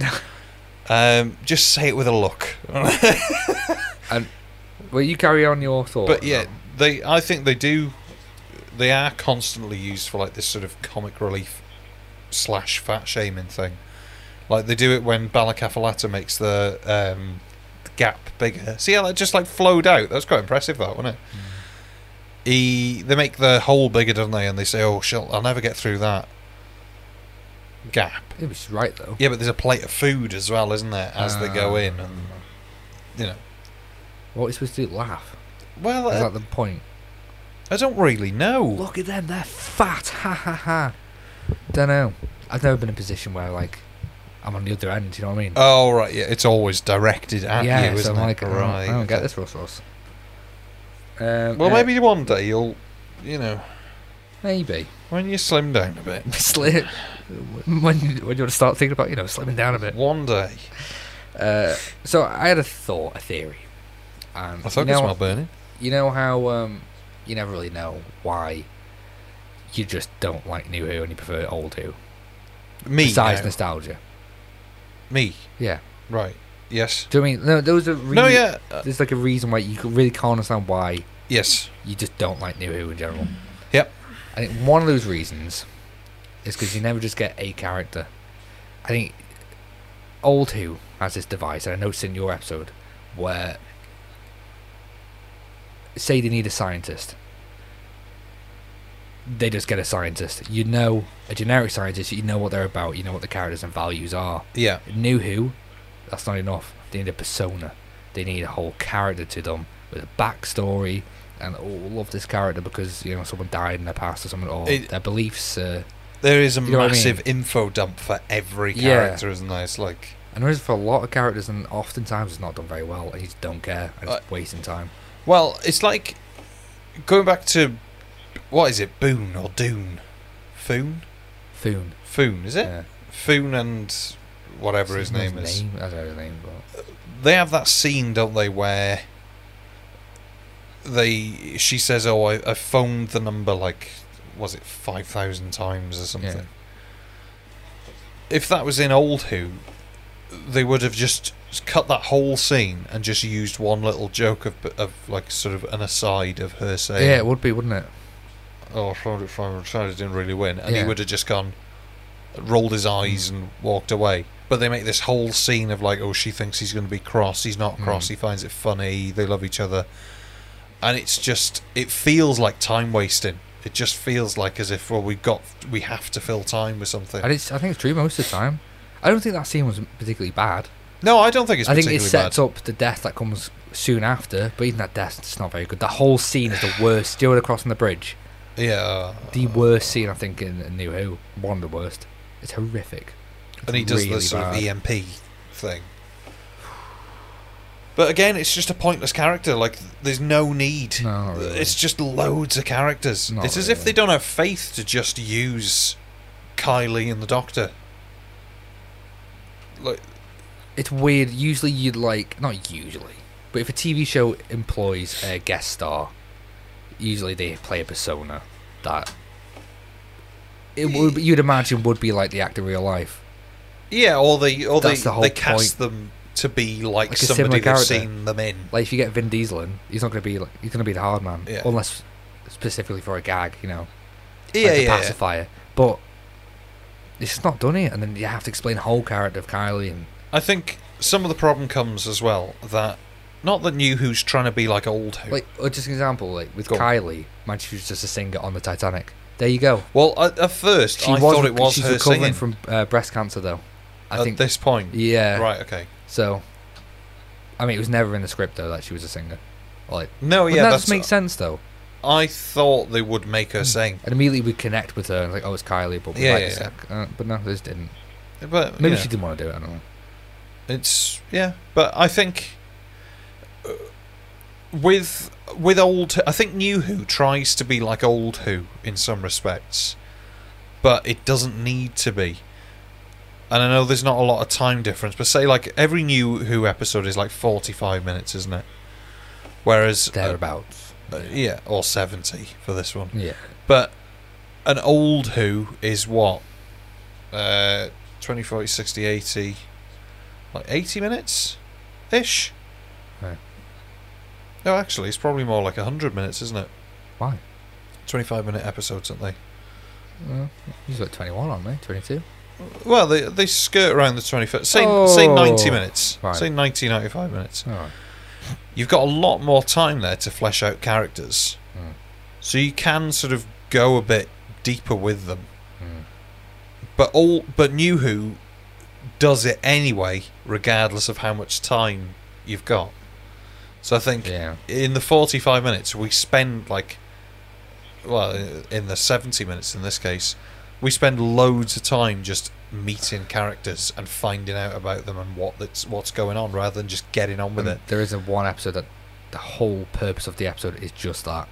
um, just say it with a look.
Well, you carry on your thought.
But yeah, they. I think they do. They are constantly used for like this sort of comic relief slash fat shaming thing. Like they do it when Balakafalata makes the um, gap bigger. See how that just like flowed out. That was quite impressive, that wasn't it? He, they make the hole bigger, don't they? And they say, "Oh, shit, I'll never get through that gap."
it was right though.
Yeah, but there's a plate of food as well, isn't there? As they
Ah.
go in, and you know,
What are you supposed to do? Laugh?
well, uh,
Is
I,
that the point?
I don't really know.
Look at them. They're fat. Ha ha ha. Don't know. I've never been in a position where like I'm on the other end. You know what I mean?
Oh right, yeah, it's always directed at
yeah.
you,
so
isn't
I'm
it?
like, I don't-
right.
I don't get
okay.
this, Russ Russ. Um,
Well,
yeah,
maybe one day you'll, you know,
maybe.
when you slim down a bit,
Slim. When, when you want to start thinking about you know slimming down a bit.
one day.
Uh, so I had a thought, a theory. And
I thought
you
it
know,
smelled burning.
you know how um, you never really know why you just don't like new Who and you prefer old Who.
Me,
Besides
now.
nostalgia.
me,
Yeah.
right? Yes.
Do you know what I mean no? Those are re-
no, yeah, uh,
There's like a reason why you c- really can't understand why
yes.
you just don't like new Who in general.
Yep.
I think one of those reasons is because you never just get a character. I think old Who has this device, and I noticed in your episode where say they need a scientist. They just get a scientist. You know a generic scientist, you know what they're about, you know what the characters and values are.
Yeah,
New Who, that's not enough. They need a persona. They need a whole character to them with a backstory. And oh, we love this character because you know someone died in their past or something, or
It-
their beliefs. Uh,
there is a
You know what I mean?
massive info dump for every
Yeah.
character, isn't there? It's like
and there is for a lot of characters, and oftentimes it's not done very well, and you just don't care, and it's
Uh,
wasting time.
Well, it's like going back to what is it, Boone or Dune? Foon?
Foon.
Foon, is it?
Yeah.
Foon and whatever his
Not
name is.
I don't know his name, but
They have that scene, don't they, where they she says, "Oh, I, I phoned the number like was it five thousand times or something."
Yeah.
If that was in old Who, they would have just cut that whole scene and just used one little joke of of like sort of an aside of her saying,
yeah, it would be, wouldn't it?
oh, Charlotte Fire Charlotte didn't really win, and he
Yeah. Mm.
would have just gone, rolled his eyes and walked away. But they make this whole scene of like, oh, she thinks he's going to be cross. He's not cross.
Mm.
He finds it funny. They love each other, and it's just it feels like time wasting. It just feels like as if well, we've got we have to fill time with something.
And it's, I think it's true most of the time. I don't think that scene was particularly bad.
no, I don't think it's.
I think
particularly
it sets
bad.
up the death that comes soon after, but even that death's not very good. The whole scene is the worst. Steward across on the bridge.
Yeah, uh,
The worst scene, I think, in in New Who. One of the worst. It's horrific.
and he does the
really
sort of
bad.
EMP thing. But again, it's just a pointless character. Like, there's no need.
No, not really.
It's just loads of characters.
Not
it's as if
really.
they don't have faith to just use Kylie and the Doctor. Like,
it's weird. Usually, you'd like not usually, but if a TV show employs a guest star, usually they play a persona that it would you'd imagine would be like the actor in real life.
yeah, or they or
That's
they
the whole
they cast them to be like,
Like a
somebody
similar
they've
character.
seen them in.
Like if you get Vin Diesel in, he's not going to be like he's going to be the hard man,
Yeah.
unless specifically for a gag, you know, like
yeah,
the
yeah, yeah.
pacifier. But it's just not done here, and then you have to explain the whole character of Kylie and
I think some of the problem comes as well that not that New Who's trying to be like old Who.
like or just an example like with
Go on.
Kylie, man, she was just a singer on the Titanic. There you go.
well, at, at first
She
I
was,
thought it was
she's
her
recovering
singing.
from uh, breast cancer though. I
at
think
this point,
yeah.
right? Okay.
So, I mean, it was never in the script though that she was a singer. Like,
No,
Wouldn't
yeah,
that
that's.
just makes Hmm. sense though.
I thought they would make her sing,
And immediately we connect with her and like, oh, it's Kylie, but we
Yeah,
like
yeah,
this- Uh, but no, this didn't.
but
Maybe
yeah.
she didn't want to do it. I don't know.
It's yeah, but I think uh, with with old, I think new Who tries to be like old Who in some respects, but it doesn't need to be. And I know there's not a lot of time difference, but say like every new Who episode is like 45 minutes, isn't it? Whereas uh,
Thereabouts.
uh, yeah, or 70 for this one.
Yeah.
But an old Who is what? Uh, 20, 40, 60, 80. Like 80 minutes? Ish?
Right.
No, actually, it's probably more like 100 minutes, isn't it?
Why?
25 minute episodes, aren't they?
Well, he's like 21 on me, 22.
Well, they they skirt around the 25. Say, say 90
Oh,
minutes.
right.
Say 90, 95 minutes.
All right.
You've got a lot more time there to flesh out characters.
Mm.
So you can sort of go a bit deeper with them.
Mm.
but all but new who does it anyway regardless of how much time you've got so i think
Yeah.
in the 45 minutes we spend like well in the 70 minutes in this case we spend loads of time just meeting characters and finding out about them and what that's what's going on rather than just getting on with
And There is a one episode that the whole purpose of the episode is just that,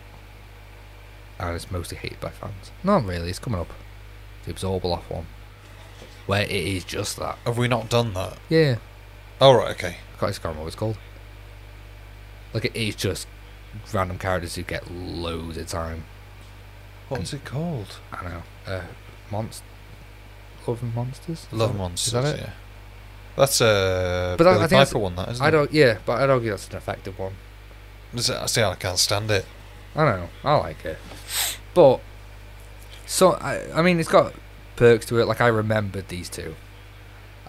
and it's mostly hated by fans. Not really. It's coming up. The absorbable off one, where it is just that.
it have we not done that
Yeah.
all right okay
I can't, I can't remember what it's called. Like it is just random characters who get loads of time.
what's it called
I know. Uh, monst, love and monsters.
love
Is that-
monsters
Is that it?
yeah that's a
But I-
Billy
I think that's-
Piper one that isn't
I
it?
don't. Yeah, but I'd argue that's an effective one.
I see, I can't stand it.
I don't know. I like it, but so I, I mean, it's got perks to it. Like I remembered these two,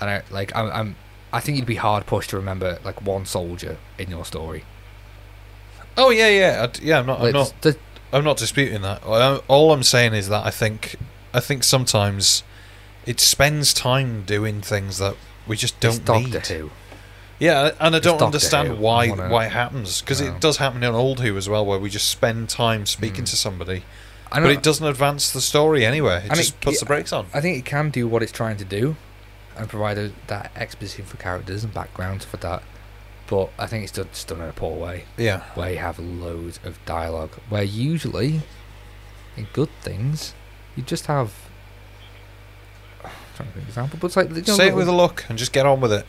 and I like I'm, I'm I think you'd be hard pushed to remember like one soldier in your story.
Oh yeah, yeah, I d yeah. I'm not, I'm
Like,
not,
there's-
I'm not disputing that. I- All I'm saying is that I think, I think sometimes it spends time doing things that we just
there's
don't
Doctor
need.
Who.
Yeah, and I don't
Doctor
understand
Who.
why
Wanna-
why it happens because
No. Hmm.
it does happen in old Who as well, where we just spend time speaking to somebody,
I know,
but it doesn't advance the story anywhere. It
And
just
it-
puts
yeah,
the brakes on.
I think it can do what it's trying to do, and provide a, that exposition for characters and backgrounds for that. But I think it's done, it's done in a poor way,
Yeah,
where you have loads of dialogue, where usually, in good things, you just have trying to think of an example, but it's like you know,
Say it
little-
with a look and just get on with it.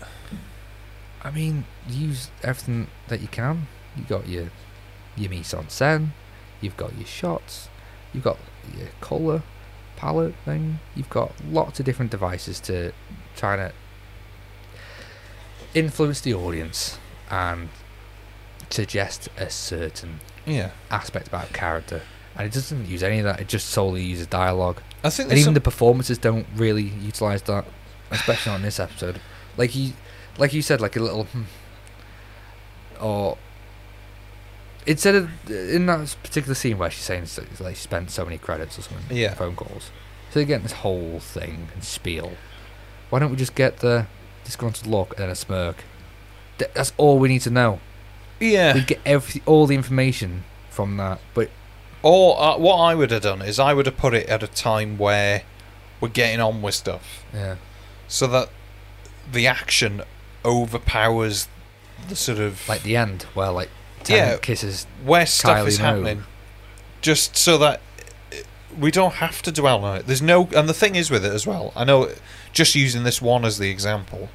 I mean, use everything that you can. You got your your mise en scène, you've got your shots, you've got your colour palette thing, you've got lots of different devices to try to influence the audience and suggest a certain
Yeah.
aspect about character. And it doesn't use any of that, it just solely uses dialogue.
I think
And
there's
even
some,
the performances don't really utilize that, especially on this episode. Like you, like you said, like a little, hmm, or instead of in that particular scene where she's saying so- like she spent so many credits or something,
Yeah.
phone calls. So they're getting this whole thing and spiel. Why don't we just get the disgruntled look and then a smirk? Th- That's all we need to know.
yeah.
We get every all the information from that, but
Or uh, what I would have done is I would have put it at a time where we're getting on with stuff,
yeah,
so that the action overpowers the sort of
like the end where like ten
Yeah.
kisses
where stuff
Kylie
is
Minogue.
happening, just so that it- we don't have to dwell on it. There's no, and the thing is with it as well. I know, just using this one as the example,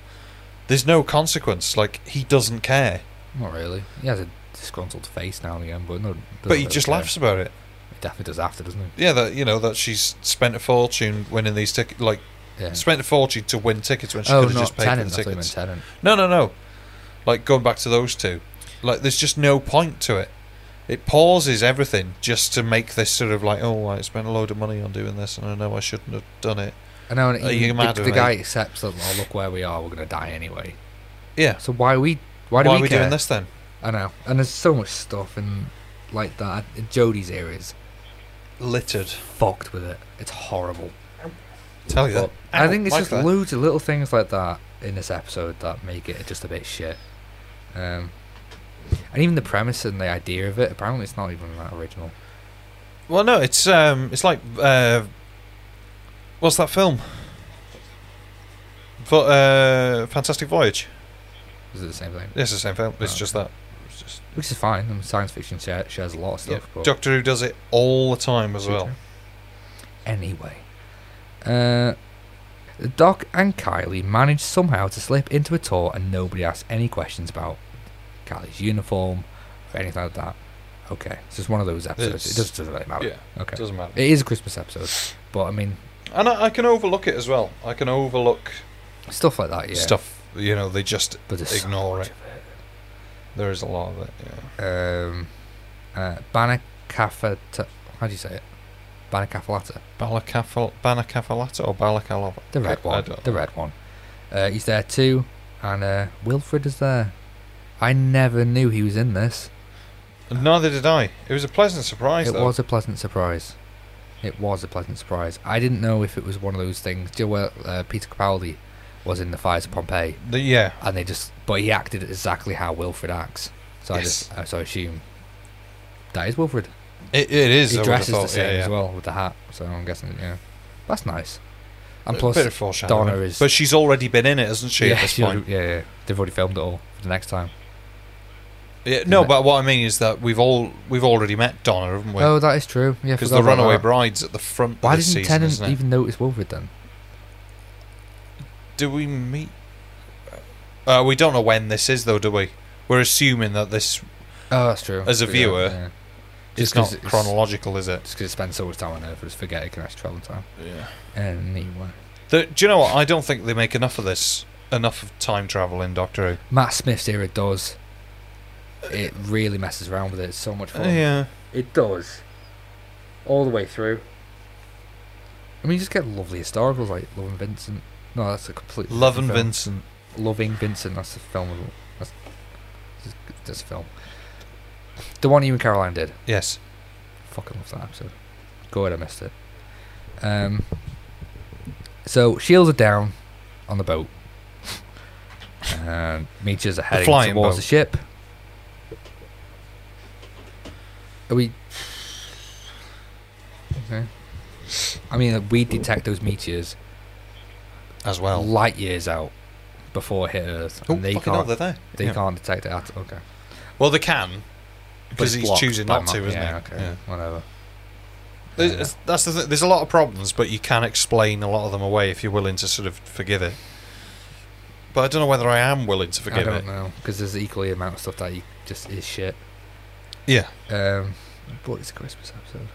there's no consequence. Like he doesn't care,
Not really. He has a disgruntled face now and again, but no.
but he
doesn't
just
really
laughs about it.
care. He definitely does after, doesn't
Yeah, that you know that she's spent a fortune winning these tickets, like
he? Yeah.
spent a fortune to win tickets when she
oh,
could have
not
just paid
Tennant.
for
I
the
thought you meant
tickets.
Tennant.
No, no, no. Like going back to those two, like there's just no point to it. It pauses everything just to make this sort of like, oh, I spent a load of money on doing this, and I know I shouldn't have done it.
I know. And
Are
he-
you mad
the,
at
the
me?
guy accepts that. Oh, look where we are. We're gonna die anyway.
Yeah.
So why are we? Why
Why,
do
are
we,
we
care?
doing this then?
I know. And there's so much stuff and like that. Jodie's ear is
Littered.
fucked with it. It's horrible.
Tell you that.
But I
Ow,
think it's
like
just
that.
loads of little things like that in this episode that make it just a bit shit. Um, and even the premise and the idea of it. Apparently, it's not even that original.
Well, no, it's um, it's like uh, what's that film? Vo- uh, Fantastic Voyage.
Is it the same thing?
Yes, the same film. It's
Oh,
just that. It's just
Which is fine. I mean, science fiction share, shares a lot of stuff.
yeah.
but
Doctor Who does it all the time as well.
Anyway, uh, Doc and Kylie manage somehow to slip into a tour, and nobody asks any questions about Kylie's uniform or anything like that. Okay, it's just one of those episodes.
It's-
it just doesn't really matter.
Yeah,
okay,
doesn't matter.
it is a Christmas episode, but I mean
And I, I can overlook it as well. I can overlook
stuff like that. Yeah,
stuff. You know, they just
But there's so
ignore
much
it. There is a lot of it. Yeah.
Um, uh, Banacafata. How do you say it? Banacafalata.
Balacafal, Banacafalata or Balacalava?
The red
I
one.
don't
The red one. Uh, he's there too, and uh, Wilfred is there. I never knew he was in this.
know. Neither did I. It was a pleasant surprise.
it
though.
was a pleasant surprise. It was a pleasant surprise. I didn't know if it was one of those things. Do you know where uh, Peter Capaldi was in the fires of Pompeii,
The, yeah.
and they just, but he acted exactly how Wilfred acts. So I
Yes.
just, uh, so I assume that is Wilfred.
It, it is.
He
I would have
dresses
thought.
the same
yeah, yeah.
as well with the hat. So I'm guessing, yeah, that's nice. And
A
plus,
bit of foreshadowing.
Donna is-
But she's already been in it, hasn't she? at
yeah,
this
she
point.
already- yeah, yeah, they've already filmed it all for the next time.
Yeah, no,
Yeah.
but what I mean is that we've all we've already met Donna, haven't we?
Oh, that is true. Yeah,
Because
forgot
the
about
runaway
that.
bride's at the front
Why
of the
didn't
season,
Tennant
isn't it?
even notice Wilfred then?
Do we meet? Uh, we don't know when this is, though, do we? We're assuming that this
Oh, that's true.
As a
Yeah,
viewer,
yeah.
is
Just 'cause
not
it's-
chronological, is it?
just because it spends so much time on Earth, I just forget it can actually travel in time.
Yeah.
Anyway,
The, do you know what? I don't think they make enough of this, enough of time travel in Doctor Who.
Matt Smith's era does. It really messes around with it. It's so much fun.
yeah.
It does. All the way through. I mean, you just get lovely historicals like Love and Vincent. No, that's a complete.
Love and
different film.
Vincent.
Loving Vincent. That's the film. Of, that's, that's a film. The one you and Caroline did.
Yes.
Fucking love that episode. Good, I missed it. Um, so shields are down on the boat. And Meechers are heading
flying
towards the
boat.
ship. Are we? Okay. I mean, we detect those meteors
As well.
light years out before it hit Earth,
Oh,
and they
fucking
can't.
hell, they're there.
they
Yeah.
can't detect it at okay.
Well, they can.
But
Because
it's
he's
blocked
choosing
by
not
Ma-
to, isn't
yeah,
he?
Okay, whatever.
There's, that's the thing. There's a lot of problems, but you can explain a lot of them away if you're willing to sort of forgive it. But I don't know whether I am willing to
I
forgive
don't
it.
know because there's equally amount of stuff that you just is shit.
Yeah.
Um, but it's a Christmas episode,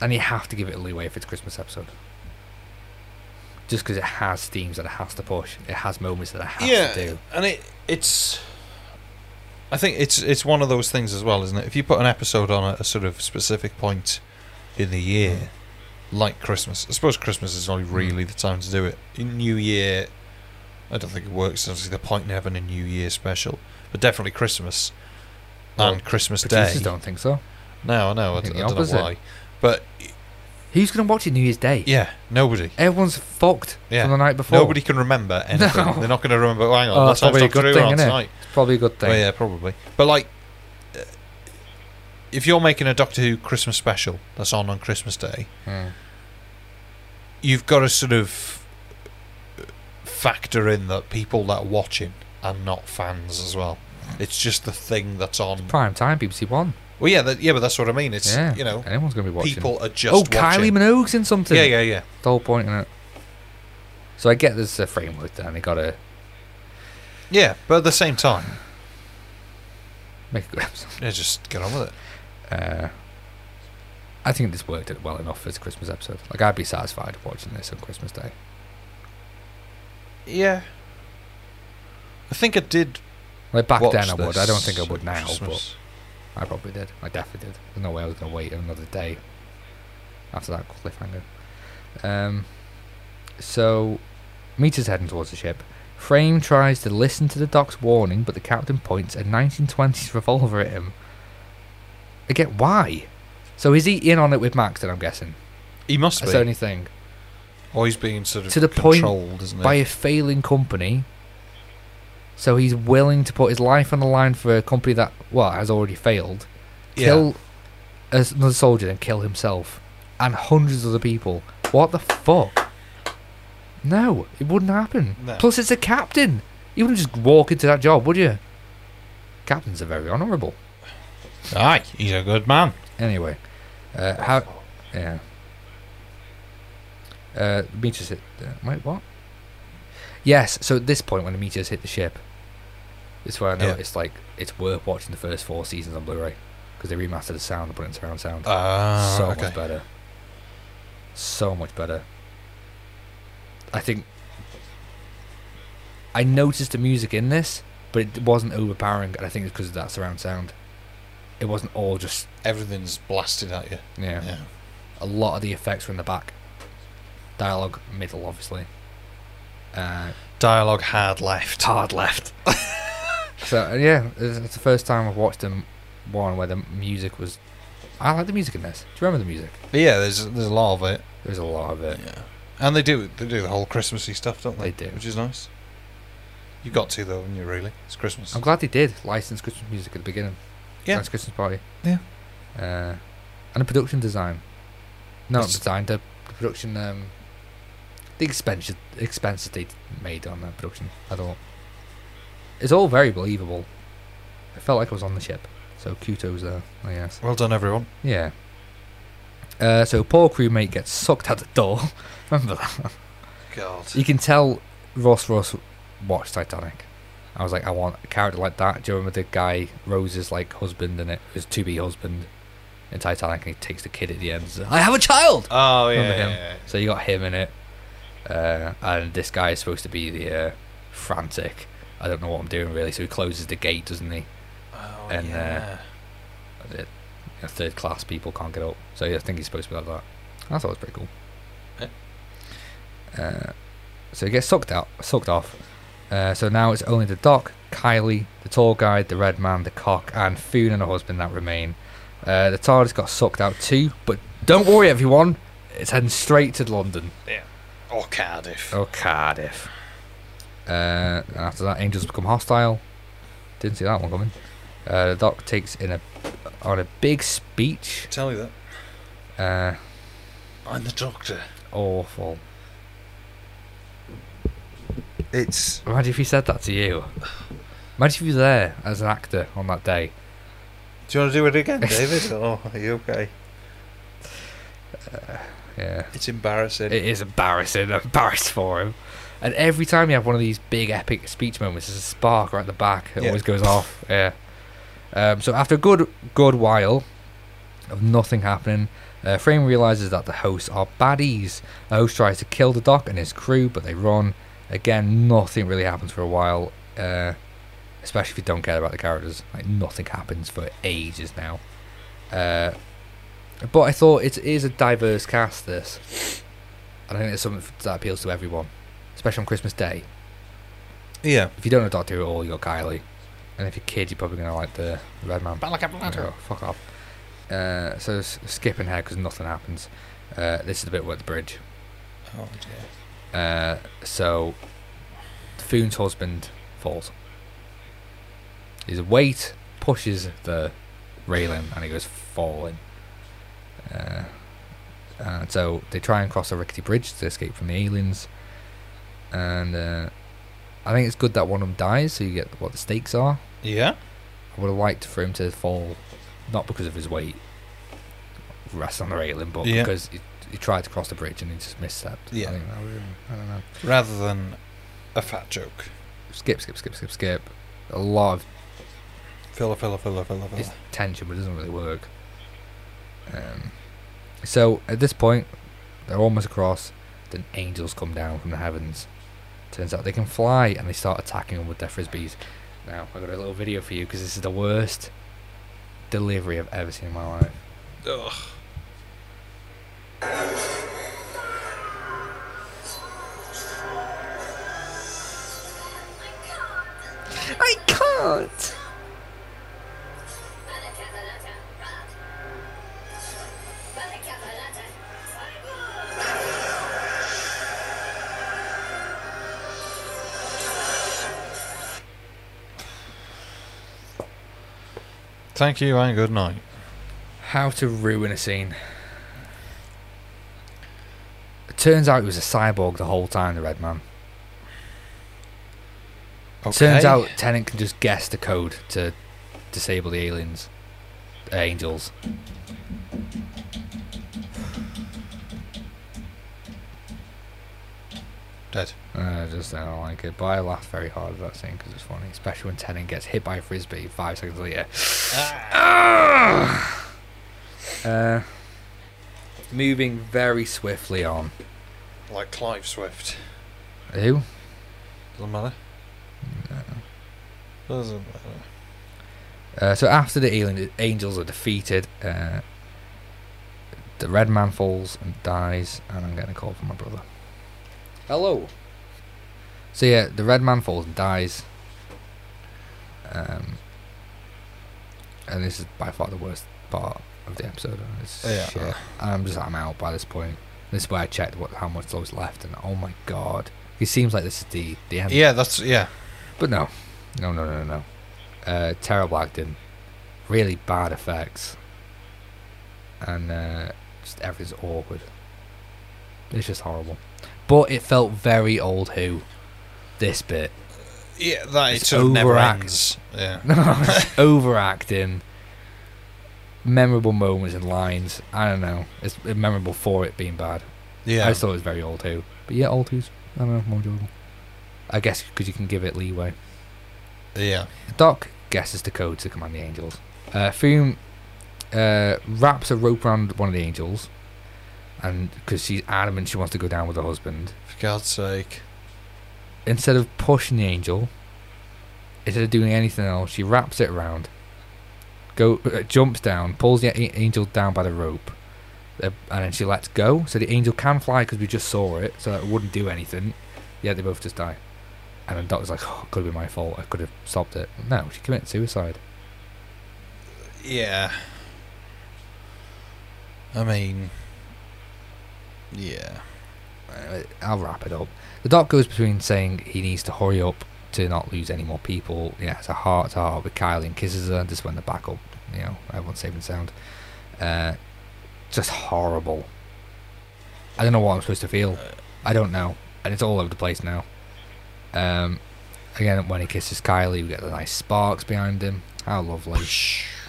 and you have to give it a leeway if it's a Christmas episode. Just because it has themes that it has to push, it has moments that it has
yeah,
to do.
and it it's. I think it's it's one of those things as well, isn't it? If you put an episode on at a sort of specific point in the year, like Christmas, I suppose Christmas is
Hmm.
only really the time to do it. In New Year, I don't think it works. Obviously, the point in having a New Year special, but definitely Christmas
Well,
and Christmas Day.
Producers don't think so.
No, I know. I,
I think
d-
the
I don't know
opposite.
why. But
Who's gonna watch it New Year's Day?
yeah, nobody.
Everyone's fucked
Yeah.
from the night before.
Nobody can remember anything.
No.
They're not going to remember. "Oh, Hang on,
Oh,
what
that's
time's
probably a
Doctor
good
Who
thing,
on
innot
tonight?
It's probably a good thing.
Oh, yeah, probably. But like, uh, if you're making a Doctor Who Christmas special that's on on Christmas Day,
Hmm.
you've got to sort of uh, factor in that people that are watching are not fans as well. It's just the thing that's on.
Prime time, BBC One.
Well, yeah, that, yeah, but that's what I mean. It's
Yeah,
you know,
anyone's gonna be watching.
people are just
oh, Kylie
watching.
Minogue's in something.
yeah, yeah, yeah.
the whole point in it. So I get there's a framework there, and they gotta
Yeah, but at the same time,
make a good episode.
yeah, just get on with it.
Uh, I think this worked it well enough as a Christmas episode. Like I'd be satisfied watching this on Christmas Day.
Yeah. I think I did.
Like back
watch
then I would. I don't
this
think I would now,
Christmas.
but I probably did. I definitely did. There's no way I was gonna wait another day after that cliffhanger. Um, so Meter's heading towards the ship. Frame tries to listen to the doc's warning, but the captain points a 1920s revolver at him. Again, why? So is he in on it with Max? Then I'm guessing
He must
that's
be.
the only thing.
Or he's being sort of
To the point
controlled, isn't
By
he?
a failing company, so he's willing to put his life on the line for a company that well has already failed. Kill as another soldier and kill himself and hundreds of other people. What the fuck? No, it wouldn't happen.
No.
Plus, it's a captain. You wouldn't just walk into that job, would you? Captains are very honourable.
Yeah. Aye, he's a good man.
Anyway, uh, how? Yeah. Uh, meteors hit. Uh, wait, what? Yes. So at this point, when the meteors hit the ship, it's where I
Yeah.
noticed like it's worth watching the first four seasons on Blu-ray because they remastered the sound and put it in surround sound.
Ah,
so
okay.
much better. So much better. I think I noticed the music in this, but it wasn't overpowering, and I think it's because of that surround sound. It wasn't all just
Everything's blasted at you.
yeah.
Yeah.
A lot of the effects were in the back. Dialogue middle, obviously. Uh,
Dialogue hard left.
hard left. so uh, yeah, it's it's the first time I've watched them one where the music was. I like the music in this. Do you remember the music?
But yeah, there's there's a lot of it.
There's a lot of it.
Yeah. And they do they do the whole Christmassy stuff, don't they?
They do.
Which is nice. You got to though, haven't you? Really, it's Christmas.
I'm glad they did license Christmas music at the beginning.
Yeah.
Nice Christmas party.
Yeah.
Uh, and the production design. No, not
It's-
design. The, the production. Um, the expenses expenses they made on that production. I don't. It's all very believable. I felt like I was on the ship. So kudos there. I guess.
Well done, everyone.
Yeah. Uh, so poor crewmate gets sucked out the door. Remember that?
God.
You can tell Ross Ross watched Titanic. I was like, I want a character like that. Do you remember the guy Rose's like husband in it? His to be husband in Titanic, and he takes the kid at the end. and says, I have a child.
Oh yeah,
Remember
yeah,
him?
yeah.
So you got him in it, uh, and this guy is supposed to be the uh, frantic. I don't know what I'm doing really. So he closes the gate, doesn't he?
Oh,
And, uh,
yeah.
You know, Third class people can't get up. So yeah, I think he's supposed to be like that. I thought it was pretty cool.
Yeah.
Uh, so he gets sucked out, sucked off. Uh, so now it's only the doc, Kylie, the tall guy, the red man, the cock, and Foon and her husband that remain. Uh, the TARDIS got sucked out too, but don't worry, everyone. It's heading straight to London
or Cardiff.
or Cardiff. Uh, and after that, angels become hostile. Didn't see that one coming. Uh, the doc takes in a on a big speech.
Tell you that.
Uh,
I'm the Doctor.
awful.
It's
Imagine if he said that to you. Imagine if you were there as an actor on that day.
Do you want to do it again, David? or are you okay?
Yeah.
It's embarrassing.
It is embarrassing. I'm embarrassed for him. And every time you have one of these big epic speech moments, there's a spark right at the back. It
Yeah.
always goes off. Yeah. Um, so after a good good while of nothing happening, uh, Frame realizes that the hosts are baddies. The host tries to kill the doc and his crew, but they run. Again, nothing really happens for a while. Uh, especially if you don't care about the characters, like nothing happens for ages now. Uh, but I thought it is a diverse cast. This. And I think it's something that appeals to everyone, especially on Christmas Day.
yeah.
If you don't know Doctor Who at all, you're Kylie. And if you're a kid, you're probably going to like the the Red Man. Oh, fuck off. Uh, so s- skipping ahead because nothing happens. Uh, this is the bit where the bridge.
Oh, dear.
Uh, so Foon's husband falls. His weight pushes the railing and he goes falling. Uh, and so they try and cross a rickety bridge to escape from the aliens. And uh, I think it's good that one of them dies so you get what the stakes are.
Yeah?
I would have liked for him to fall, not because of his weight, rest on the railing, but
Yeah.
because he, he tried to cross the bridge and he just misstepped.
Yeah.
I, think that would- I don't know
Rather than a fat joke.
skip, skip, skip, skip, skip. A lot of
Filler, filler, filler, filler,
it's
filler.
tension, but it doesn't really work. Um, so at this point, they're almost across. Then angels come down from the heavens. Turns out they can fly, and they start attacking them with their frisbees. Now I got a little video for you because this is the worst delivery I've ever seen in my life.
Ugh.
I can't.
Thank you and good night.
How to ruin a scene. It turns out he was a cyborg the whole time, the Red Man.
Okay.
Turns out Tennant can just guess the code to disable the aliens. uh, Angels.
Dead.
Uh, just I don't like it, but I laughed very hard at that scene because it's funny, especially when Tennant gets hit by a frisbee five seconds later. Ah. uh, moving very swiftly on.
Like Clive Swift.
Who?
Doesn't matter. Doesn't matter.
Uh, so after the alien, angels are defeated, uh, the red man falls and dies, and I'm getting a call from my brother. Hello. So yeah, the red man falls and dies. Um, and this is by far the worst part of the episode. It's
Yeah.
shit. I'm just I'm out by this point. This is where I checked what how much there was left, and oh my god, it seems like this is the the end.
Yeah, that's yeah.
But no, no, no, no, no. Uh, terrible acting, really bad effects, and uh, just everything's awkward. It's just horrible. But it felt very old Who. This bit,
Yeah, that it
It's
sort of never
overact.
ends. Yeah.
overacting, memorable moments and lines. I don't know. It's memorable for it being bad.
Yeah.
I just thought it was very old Who. But yeah, old Who's I don't know more enjoyable. I guess because you can give it leeway.
yeah.
Doc guesses the code to command the angels. Uh, Fume uh, wraps a rope around one of the angels, and because she's adamant she wants to go down with her husband,
For God's sake.
instead of pushing the angel, instead of doing anything else, she wraps it around, go uh, jumps down, pulls the a- angel down by the rope, uh, and then she lets go. So the angel can fly because we just saw it, so it wouldn't do anything. Yet they both just die. And then Doc's like, oh, could have been my fault. I could have stopped it. No, she committed suicide.
Yeah. I mean. Yeah.
uh, I'll wrap it up. The doc goes between saying he needs to hurry up to not lose any more people. Yeah, it's a heart to heart with Kylie and kisses her. Just when the back up, you know, everyone's safe and sound. Uh, just horrible. I don't know what I'm supposed to feel. I don't know, and it's all over the place now. Um, again, when he kisses Kylie, we get the nice sparks behind him. How lovely.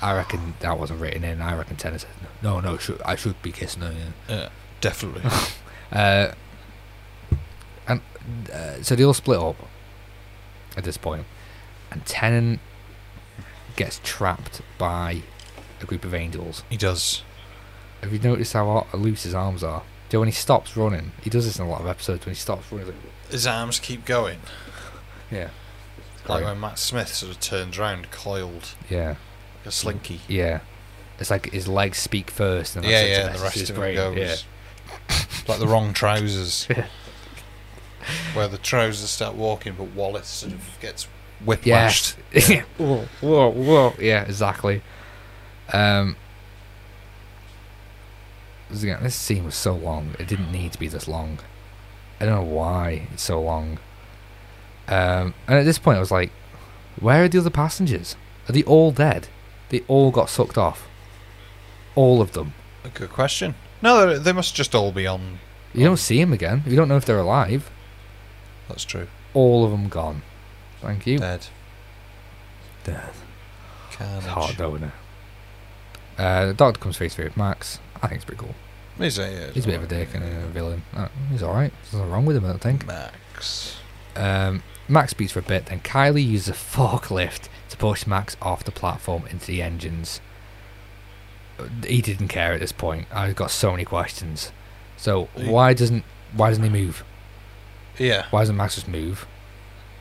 I reckon that wasn't written in. I reckon Tenner said, no, no, should, I should be kissing her. Yeah.
Yeah, definitely.
Uh, and uh, so they all split up at this point, and Tennant gets trapped by a group of angels.
he does.
Have you noticed how ar- loose his arms are? Do when he stops running, he does this in a lot of episodes. When he stops running, he's like,
His arms keep going.
yeah,
Like
Right.
when Matt Smith sort of turns round, coiled,
yeah,
like a slinky.
yeah. It's like his legs speak first, and that's
yeah,
it,
yeah, and
that's
the rest
his
of it
brain,
goes.
Yeah.
It's like the wrong trousers.
Yeah.
Where the trousers start walking, but Wallace sort of gets
Yeah.
whiplashed.
whoa, whoa, whoa. Yeah, exactly. Um, this again, this scene was so long. It didn't need to be this long. I don't know why it's so long. Um, and at this point, I was like, where are the other passengers? Are they all dead? They all got sucked off. All of them.
A good question. No, they- they must just all be on.
You don't see them again. You don't know if they're alive.
That's true.
All of them gone. Thank you.
Dead.
Dead.
Carnage.
It's hard though, isn't it? Uh, the doctor comes face to face with Max. I think it's pretty cool.
He's a, yeah,
He's a bit of a dick and a villain. Uh, he's alright. There's nothing wrong with him, I don't think.
Max.
Um, Max beats for a bit, then Kylie uses a forklift to push Max off the platform into the engines. Uh, He didn't care at this point. I've got so many questions. So
He-
why doesn't why doesn't he move?
Yeah.
Why doesn't Max just move?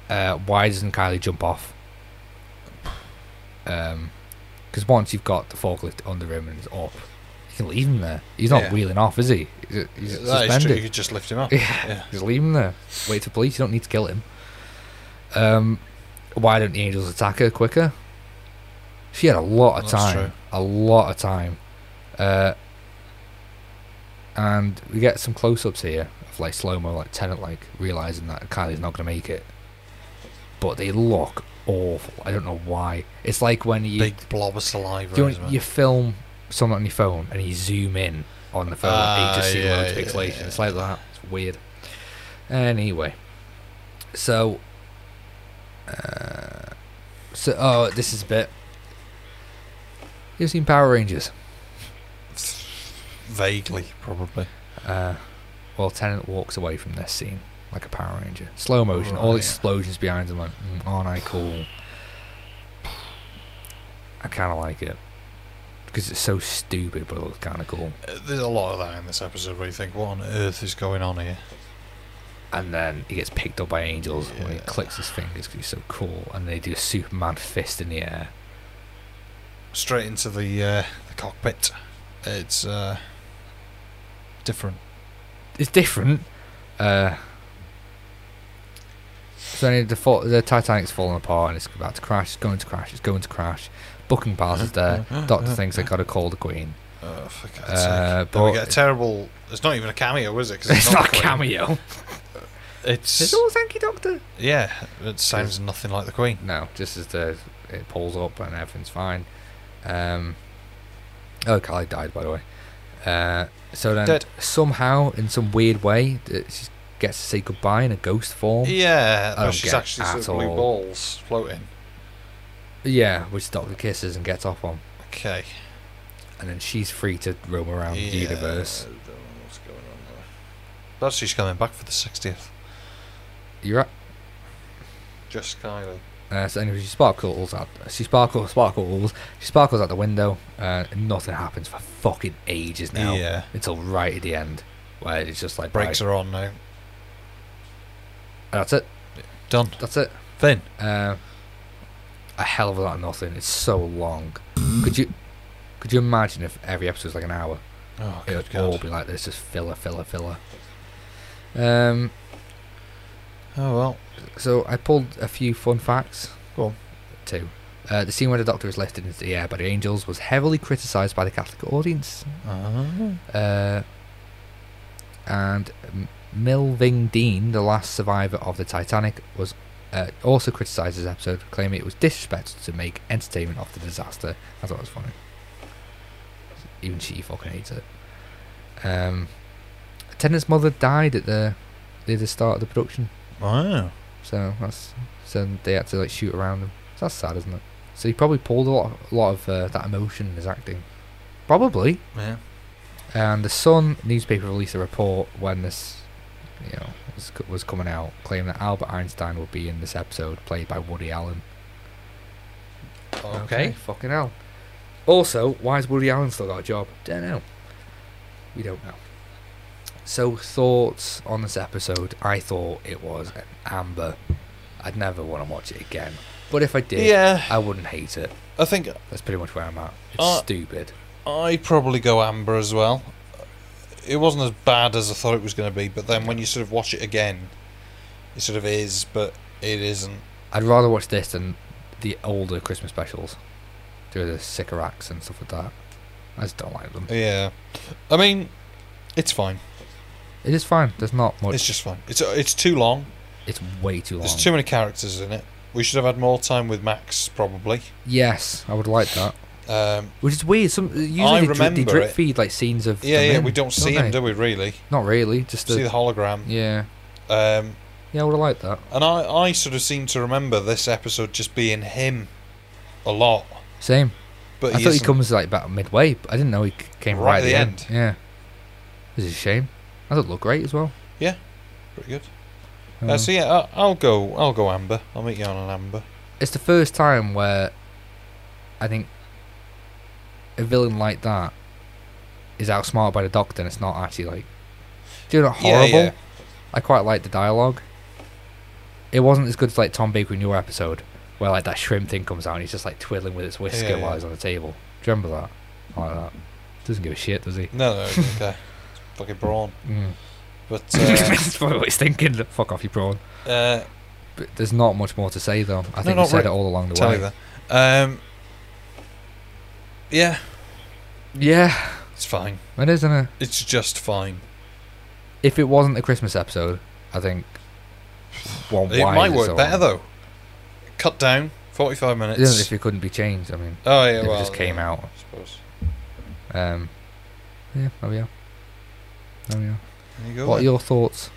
Uh, why doesn't Kylie jump off? Because once you've got the forklift under him and it's up, you can leave him there. He's not
Yeah.
wheeling off, is he? He's, he's
That is true. You
suspended.
could just lift him up.
Yeah.
yeah.
Just leave him there. Wait for police. You don't need to kill him. Um, why don't the angels attack her quicker? She had a lot of
That's
time.
true.
A lot of time. Uh, and we get some close-ups here of like slow-mo, like Tennant, like realizing that Kylie's not gonna make it. But they look awful. I don't know why. It's like when you
Big blob of saliva.
do you,
isn't it?
you film something on your phone and you zoom in on the phone, and
Ah,
you just see
yeah,
loads of
yeah,
pixelation.
yeah.
It's like that. It's weird. Anyway, so, uh, so oh, this is a bit. You've seen Power Rangers.
Vaguely, probably.
Uh, well, Tennant walks away from this scene like a Power Ranger. Slow motion, all
Right.
explosions behind him. Like, mm, aren't I cool? I kind of like it because it's so stupid, but it looks kind of cool.
Uh, There's a lot of that in this episode where you think, what on earth is going on here?
and then he gets picked up by angels when he
Yeah.
clicks his fingers 'cause he's so cool and they do a superman fist in the air
Straight into the uh, the cockpit. It's uh, different.
it's different uh, so anyway, the, fa- the titanic's falling apart and it's about to crash it's going to crash it's going to crash booking passes there doctor thinks they gotta call the queen
Oh, for God's
Uh,
sake. Then we
but-
get a terrible. It's not even a cameo, is it? 'Cause
it's not a
the Queen.
cameo
It's,
it's all thank you doctor
yeah. It sounds nothing like the Queen.
no just as the it pulls up and everything's fine um, oh Carly died by the way uh, so then
Dead.
somehow in some weird way th- she gets to say goodbye in a ghost form
Yeah,
I
no,
don't
she's
get
actually sort of
at
blue
all.
balls floating.
yeah which Doctor kisses and gets off on
Okay.
and then she's free to roam around the
Yeah,
universe
I don't know what's going on there. But she's coming back for the 60th.
you're right
Just Kylie.
uh, so anyway she sparkles out she sparkles sparkles she sparkles out the window uh, and nothing happens for fucking ages now
Yeah.
until right at the end where it's just like
Brakes
right,
are on now.
that's it
Done.
that's it
Then.
Uh, a hell of a lot of nothing. It's so long. Could you could you imagine if every episode was like an hour?
Oh,
It would
good
all
God.
be like this, just filler, filler, filler. Um,
Oh, well.
so I pulled a few fun facts.
Go on.
Two. Uh, the scene where the Doctor is lifted into the air by the angels was heavily criticised by the Catholic audience.
Ah.
Uh, and M- Milving Dean, the last survivor of the Titanic, was uh, also criticised this episode, claiming it was disrespectful to make entertainment of the disaster. I thought it was funny. Even she fucking hates it. Um, Tennant's mother died at the near the start of the production,
Wow.
so that's so they had to like shoot around him. So that's sad, isn't it? So he probably pulled a lot, a lot of uh, that emotion in his acting. Probably.
Yeah.
And the Sun newspaper released a report when this, you know, was, co- was coming out, claiming that Albert Einstein would be in this episode, played by Woody Allen.
Okay.
Fucking hell. Also, why is Woody Allen still got a job? Don't know. We don't know. So, thoughts on this episode? I thought it was an amber. I'd never want to watch it again. But if I did,
Yeah.
I wouldn't hate it.
I think
That's pretty much where I'm at. It's
Uh,
stupid.
I probably go amber as well. It wasn't as bad as I thought it was going to be, but then when you sort of watch it again, it sort of is, but it isn't.
I'd rather watch this than the older Christmas specials. Do the sicker acts and stuff like that. I just don't like them.
Yeah, I mean, it's fine.
It is fine. There's not much.
It's
It's,
just fine. It's it's too long.
way too long.
There's too many characters in it. We should have had more time with Max probably.
yes, I would like that.
Um,
Which is weird. Some usually
I
they, dri- they
remember
drip
it.
feed like scenes of.
yeah,
them
yeah.
in,
We don't see him,
they?
do we? Really?
Not really. Just
see the
the.
hologram.
Yeah,
Um,
yeah. I would have liked that.
and I I sort of seem to remember this episode just being him, a lot.
Same.
But
I
he
thought he
isn't.
comes like about midway. But I didn't know he c- came right, at the end. Yeah. This is a shame. I thought it looked great as well.
pretty good.
Um,
Uh, so yeah, I, I'll go. I'll go amber. I'll meet you on an amber.
it's the first time where I think a villain like that is outsmarted by the Doctor, and it's not actually like doing it
Yeah,
horrible.
yeah.
I quite liked the dialogue. It wasn't as good as like Tom Baker in your episode, where like that shrimp thing comes out and he's just like twiddling with its whisker
Yeah, yeah.
while he's on the table. Do you remember that? I like that. Doesn't give a shit, does he?
No, no, it's okay. It's fucking brawn.
Mm.
But uh,
That's probably what he's thinking. look, Fuck off, you prawn.
uh,
But there's not much more to say though. I think we
not
said
really.
it all along the
tell
way.
you that. Um, yeah,
Yeah,
it's fine.
it is, isn't it?
It's just fine.
if it wasn't a Christmas episode, I think one
It might work better though. Cut down forty-five minutes.
if it couldn't be changed, I mean,
oh yeah,
if
well,
it just came
yeah,
out.
I suppose.
Um, yeah, there we are. There we are.
There you go.
what are
then.
your thoughts?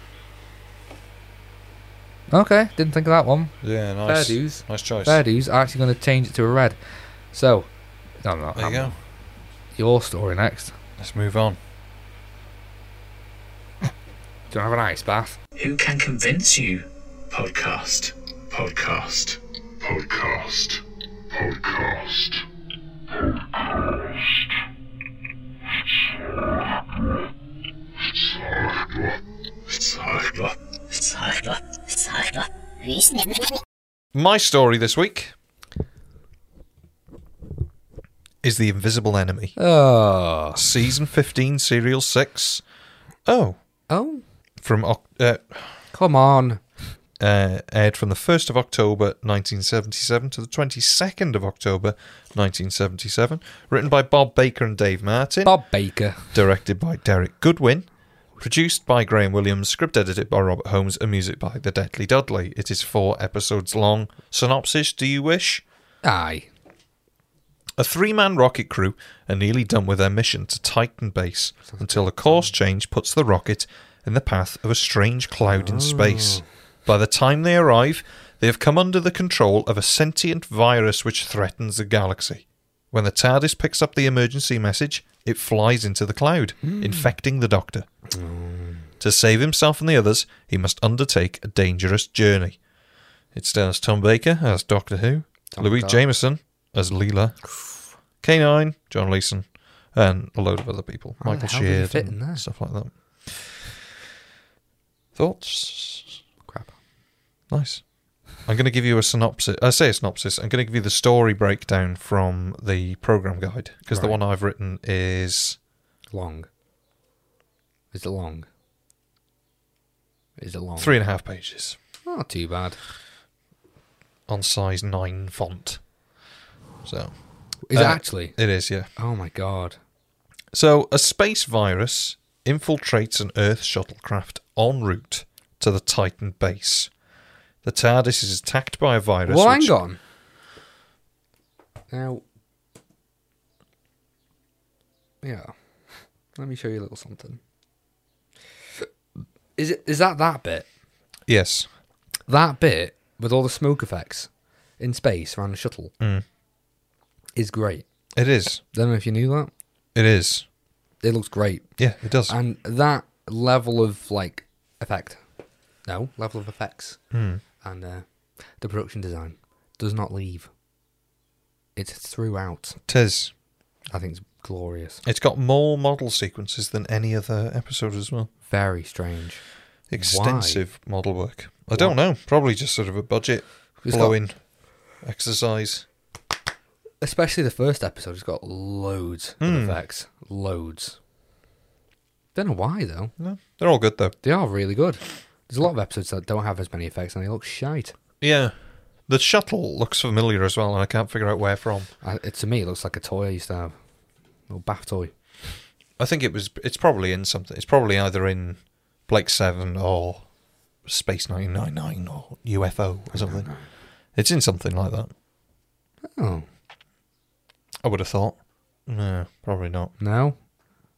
Okay, didn't think of that one.
yeah,
Fair
nice.
dues.
Nice choice.
Fair dues. Actually, going to change it to a red. So, no, no,
There you
I'm-
go.
Your story next.
Let's move on.
Do you want to have an ice bath?
Who can convince you? Podcast. Podcast. Podcast. Podcast. Podcast.
My story this week is the Invisible Enemy,
Oh,
season fifteen, serial six. Oh,
oh,
from Oc- uh,
come on.
uh, aired from the 1st of October 1977 to the 22nd of October 1977. Written by Bob Baker and Dave Martin.
Bob Baker.
Directed by Derek Goodwin. Produced by Graham Williams. Script edited by Robert Holmes. And music by The Deadly Dudley. It is four episodes long. Synopsis Do you wish?
Aye.
A three man rocket crew are nearly done with their mission to Titan Base until a course change puts the rocket in the path of a strange cloud in space. By the time they arrive, they have come under the control of a sentient virus which threatens the galaxy. When the TARDIS picks up the emergency message, it flies into the cloud, infecting the Doctor. To save himself and the others, he must undertake a dangerous journey. It stars Tom Baker as Doctor Who, Louise Jameson as Leela, K9, John Leeson, and a load of other people. Michael
hell did he
Sheard,
fit
and
in there?
stuff like that. Thoughts?
Crap.
Nice. I'm going to give you a synopsis. I say a synopsis. I'm going to give you the story breakdown from the program guide because the
Right.
one I've written is
Long. Is it long? Is it long?
three and a half pages
Not too bad.
on size nine font. So
Is
Uh,
it actually?
it is, yeah.
Oh my god.
So, a space virus infiltrates an Earth shuttlecraft en route to the Titan base. The TARDIS is attacked by a virus.
Well,
which-
hang on. Now. Yeah. Let me show you a little something. Is it is that that bit?
Yes. Mm.
That bit with all the smoke effects in space around the shuttle. is great.
It is.
I don't know if you knew that.
It is.
It looks great.
Yeah, it does.
And that level of like effect, no level of effects, and uh, the production design does not leave. It's throughout.
It is.
I think it's glorious.
It's got more model sequences than any other episode as well.
Very strange.
Extensive model work. I don't know. Probably just sort of a budget
It's got-
blowing exercise.
Especially the first episode, it's got loads of effects. Loads. Don't know why though.
No, they're all good though.
They are really good. There's a lot of episodes that don't have as many effects and they look shite.
Yeah. The shuttle looks familiar as well, and I can't figure out where from.
I, it, to me, it looks like a toy I used to have, a little bath toy.
I think it was. It's probably in something. It's probably either in Blake Seven or Space 999 or UFO or something. It's in something like that.
Oh
I would have thought. No, probably not.
no,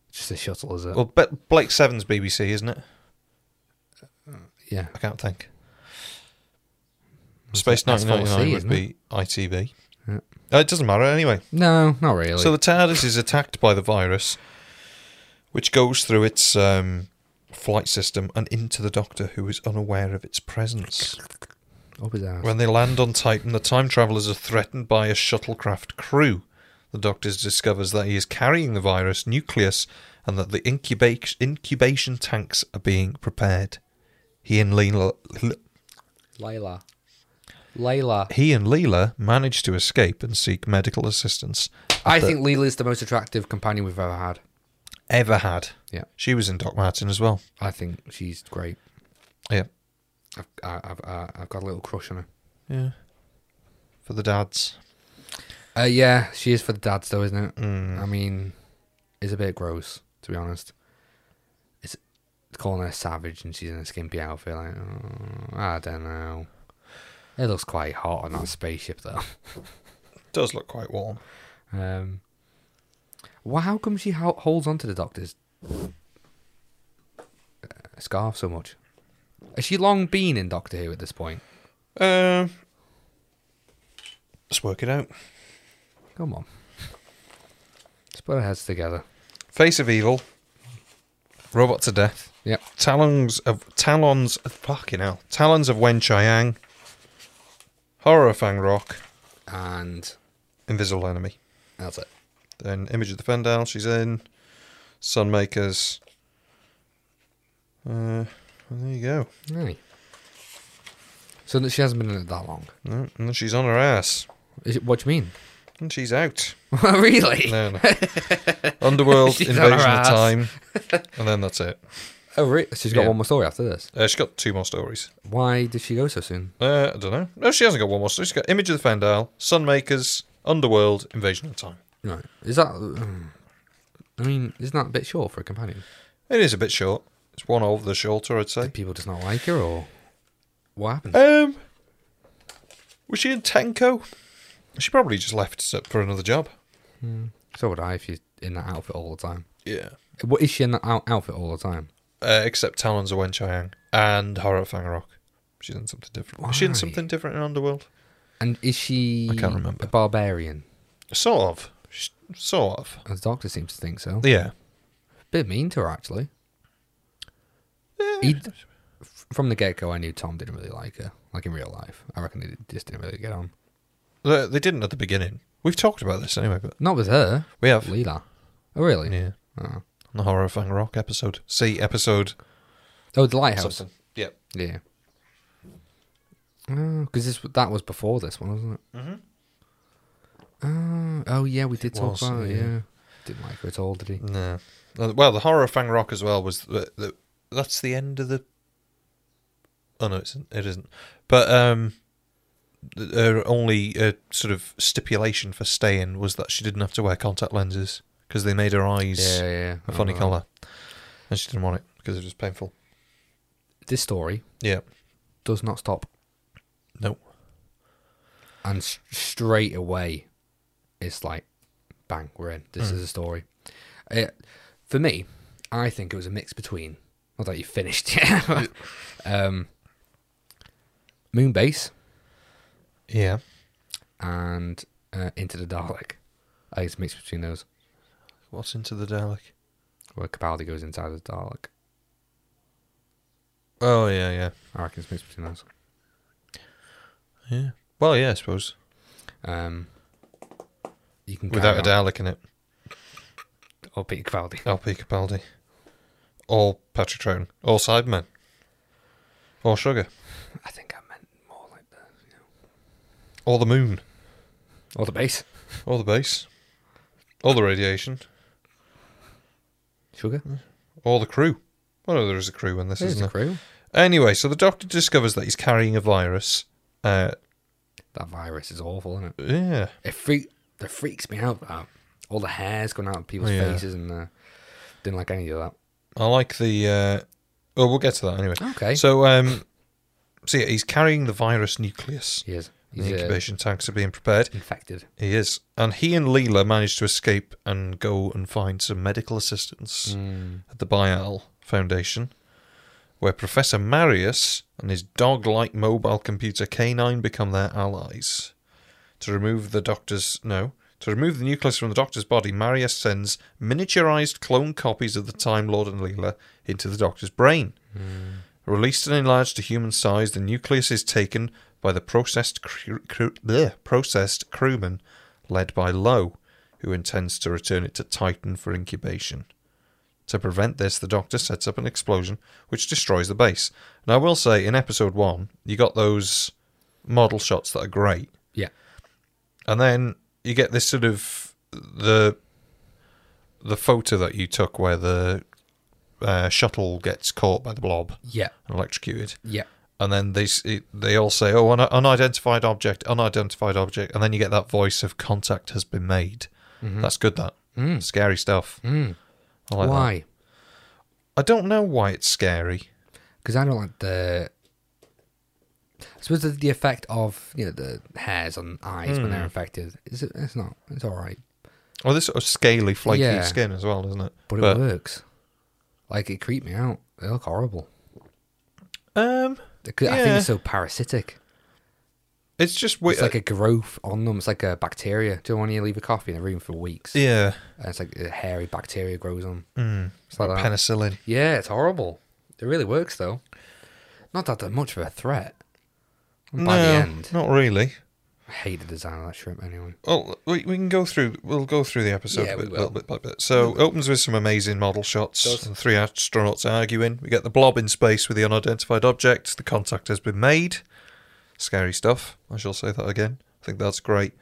It's just a shuttle, is it?
Well, but Blake Seven's BBC, isn't it?
yeah.
I can't think. Space
that's
999
4C,
would
isn't
be ITV.
Yeah.
Uh, It doesn't matter anyway.
No, not really.
So the TARDIS is attacked by the virus, which goes through its um, flight system and into the Doctor, who is unaware of its presence.
Up his ass.
When they land on Titan, the time travelers are threatened by a shuttlecraft crew. The Doctor discovers that he is carrying the virus nucleus and that the incuba- incubation tanks are being prepared. He and Leela,
Layla, Layla.
he and Leela manage to escape and seek medical assistance.
I think Leela is the most attractive companion we've ever had.
Ever had?
Yeah.
she was in Doc Martin as well.
I think she's great.
Yeah,
I've I, I've uh, I've got a little crush on her.
yeah. For the dads,
Uh, yeah, she is for the dads though, isn't it? I mean, it's a bit gross to be honest. It's calling her savage and she's in a skimpy outfit. Like, oh, I don't know. It looks quite hot on that spaceship though.
does look quite warm.
Um, well, how come she ho- holds on to the doctor's uh, scarf so much? Has she long been in Doctor Who at this point?
Um, let's work it out.
Come on, let's put our heads together.
Face of Evil, Robots of Death,
Yep.
Talons of Talons of fucking hell, Talons of Wen Chiang, Horror of Fang Rock,
And
Invisible Enemy,
that's it.
then Image of the Fendal, she's in, Sunmakers. Uh, well, there you go.
Really? So that she hasn't been in it that long.
No, and then she's on her ass,
Is it, what do you mean?
and she's out.
really?
No, no. Underworld,
She's on her
Invasion of
ass.
Time, and then that's it.
Oh, really? She's got
Yeah.
one more story after this.
Uh, she's got two more stories.
Why did she go so soon?
Uh, I don't know. No, she hasn't got one more. story. She's got Image of the Fandal, Sunmakers, Underworld, Invasion of Time.
Right. Is that? mm. I mean, isn't that a bit short for a companion?
It is a bit short. It's one of the shorter, I'd say.
Did people just not like her, or what happened?
Um, was she in Tenko? She probably just left s- for another job.
So would I if you're in that outfit all the time.
Yeah.
What is she in that out- outfit all the time?
Uh, except Talons of Wen Chiang and Horror of Fangarok. She's in something different. Was she in
Why?
something different in Underworld?
And is she?
I can't remember.
A barbarian,
Sort of. She's, sort of.
as the Doctor seems to think so.
Yeah.
Bit mean to her actually. He- f- from the get go, I knew Tom didn't really like her. Like in real life, I reckon they just didn't really get on.
They, they didn't at the beginning. We've talked about this anyway, but
Not with her,
we have.
Leela. Oh really?
Yeah.
Oh.
On the Horror of Fangarok episode. See episode
Oh, the lighthouse.
something. Yeah.
Yeah. Because this that was before this one, wasn't it? Mm-hmm. Uh, oh yeah, we did talk
was,
about it.
yeah.
Yeah. Didn't like her at all, did he?
No. Uh, Well, the horror of Fang Rock as well was the, the, that's the end of the. Oh no, it's, it isn't. But um, th- her only uh, sort of stipulation for staying was that she didn't have to wear contact lenses because they made her eyes
Yeah, yeah. yeah.
a funny
Oh.
colour, and she didn't want it because it was painful.
This story
Yeah.
does not stop,
No.
and s- straight away, it's like, bang, we're in. This is a story. It, for me, I think it was a mix between. Not that you finished, yeah. um, Moonbase
Yeah.
and uh, Into the Dalek. I think it's a mix between those.
What's into the Dalek?
Where Capaldi goes inside the Dalek.
Oh yeah, yeah,
I reckon it's mixed between those.
yeah. Well, yeah, I suppose
Um, you can
without
carry
a Dalek in it,
on. or Peter Capaldi.
LP Capaldi, or Patrick Troughton, or Sidemen, or Sugar,
I think I meant more like the you know,
or the Moon,
or the bass.
or the Bass, or the Radiation,
Sugar.
or the Crew. Well, no, there is a crew in this,
There's
isn't
the
there?
crew.
Anyway, so the Doctor discovers that he's carrying a virus. Uh,
That virus is awful, isn't it?
yeah.
It freak that freaks me out. That all the hairs coming out of people's
Oh, Yeah.
faces and uh, didn't like any of that.
I like the. Uh, oh, we'll get to that anyway.
Okay.
So, um, so yeah, he's carrying the virus nucleus.
He is.
The
He's uh,
incubation tanks are being prepared.
infected.
He is, and he and Leela manage to escape and go and find some medical assistance at the Bial Foundation, where Professor Marius and his dog-like mobile computer K9 become their allies. To remove the doctor's no, to remove the nucleus from the doctor's body, Marius sends miniaturized clone copies of the Time Lord and Leela into the doctor's brain. Released and enlarged to human size, the nucleus is taken by the processed cr- cr- bleh, processed crewman led by Lowe, who intends to return it to Titan for incubation. To prevent this, the Doctor sets up an explosion which destroys the base. And I will say, in episode one, you got those model shots that are great,
Yeah.
and then you get this sort of the the photo that you took where the uh, shuttle gets caught by the blob
Yeah.
and electrocuted
Yeah.
and then they s- it- they all say, "Oh, un- unidentified object, unidentified object," and then you get that voice of contact has been made.
Mm-hmm.
That's good. That scary stuff. I like that.
Mm. Why?
I don't know why it's scary.
Because I don't like the. I suppose the, the effect of you know the hairs on eyes when
Hmm.
they're infected. It's, it's not. It's all right,
Oh, this sort of scaly, flaky
Yeah.
skin as well, isn't it?
but it works. Like it creeped me out. They look horrible.
um,
'Cause I think
Yeah.
it's so parasitic.
it's just weird.
It's like a growth on them. It's like a bacteria. Do you know when you leave a coffee in a room for weeks?
yeah, Hmm.
And it's like a hairy bacteria grows on. Mm. It's like that.
penicillin.
yeah, it's horrible. It really works though. Not that they're much of a threat. And By
no,
the end,
not really.
I hate the design of that shrimp anyway.
Well, Oh, we, we can go through. We'll go through the episode
Yeah,
a
we
bit,
will.
little bit by bit. So it opens with some amazing model shots. And three astronauts arguing. We get the blob in space with the unidentified object. The contact has been made. Scary stuff. I shall say that again. I think that's great.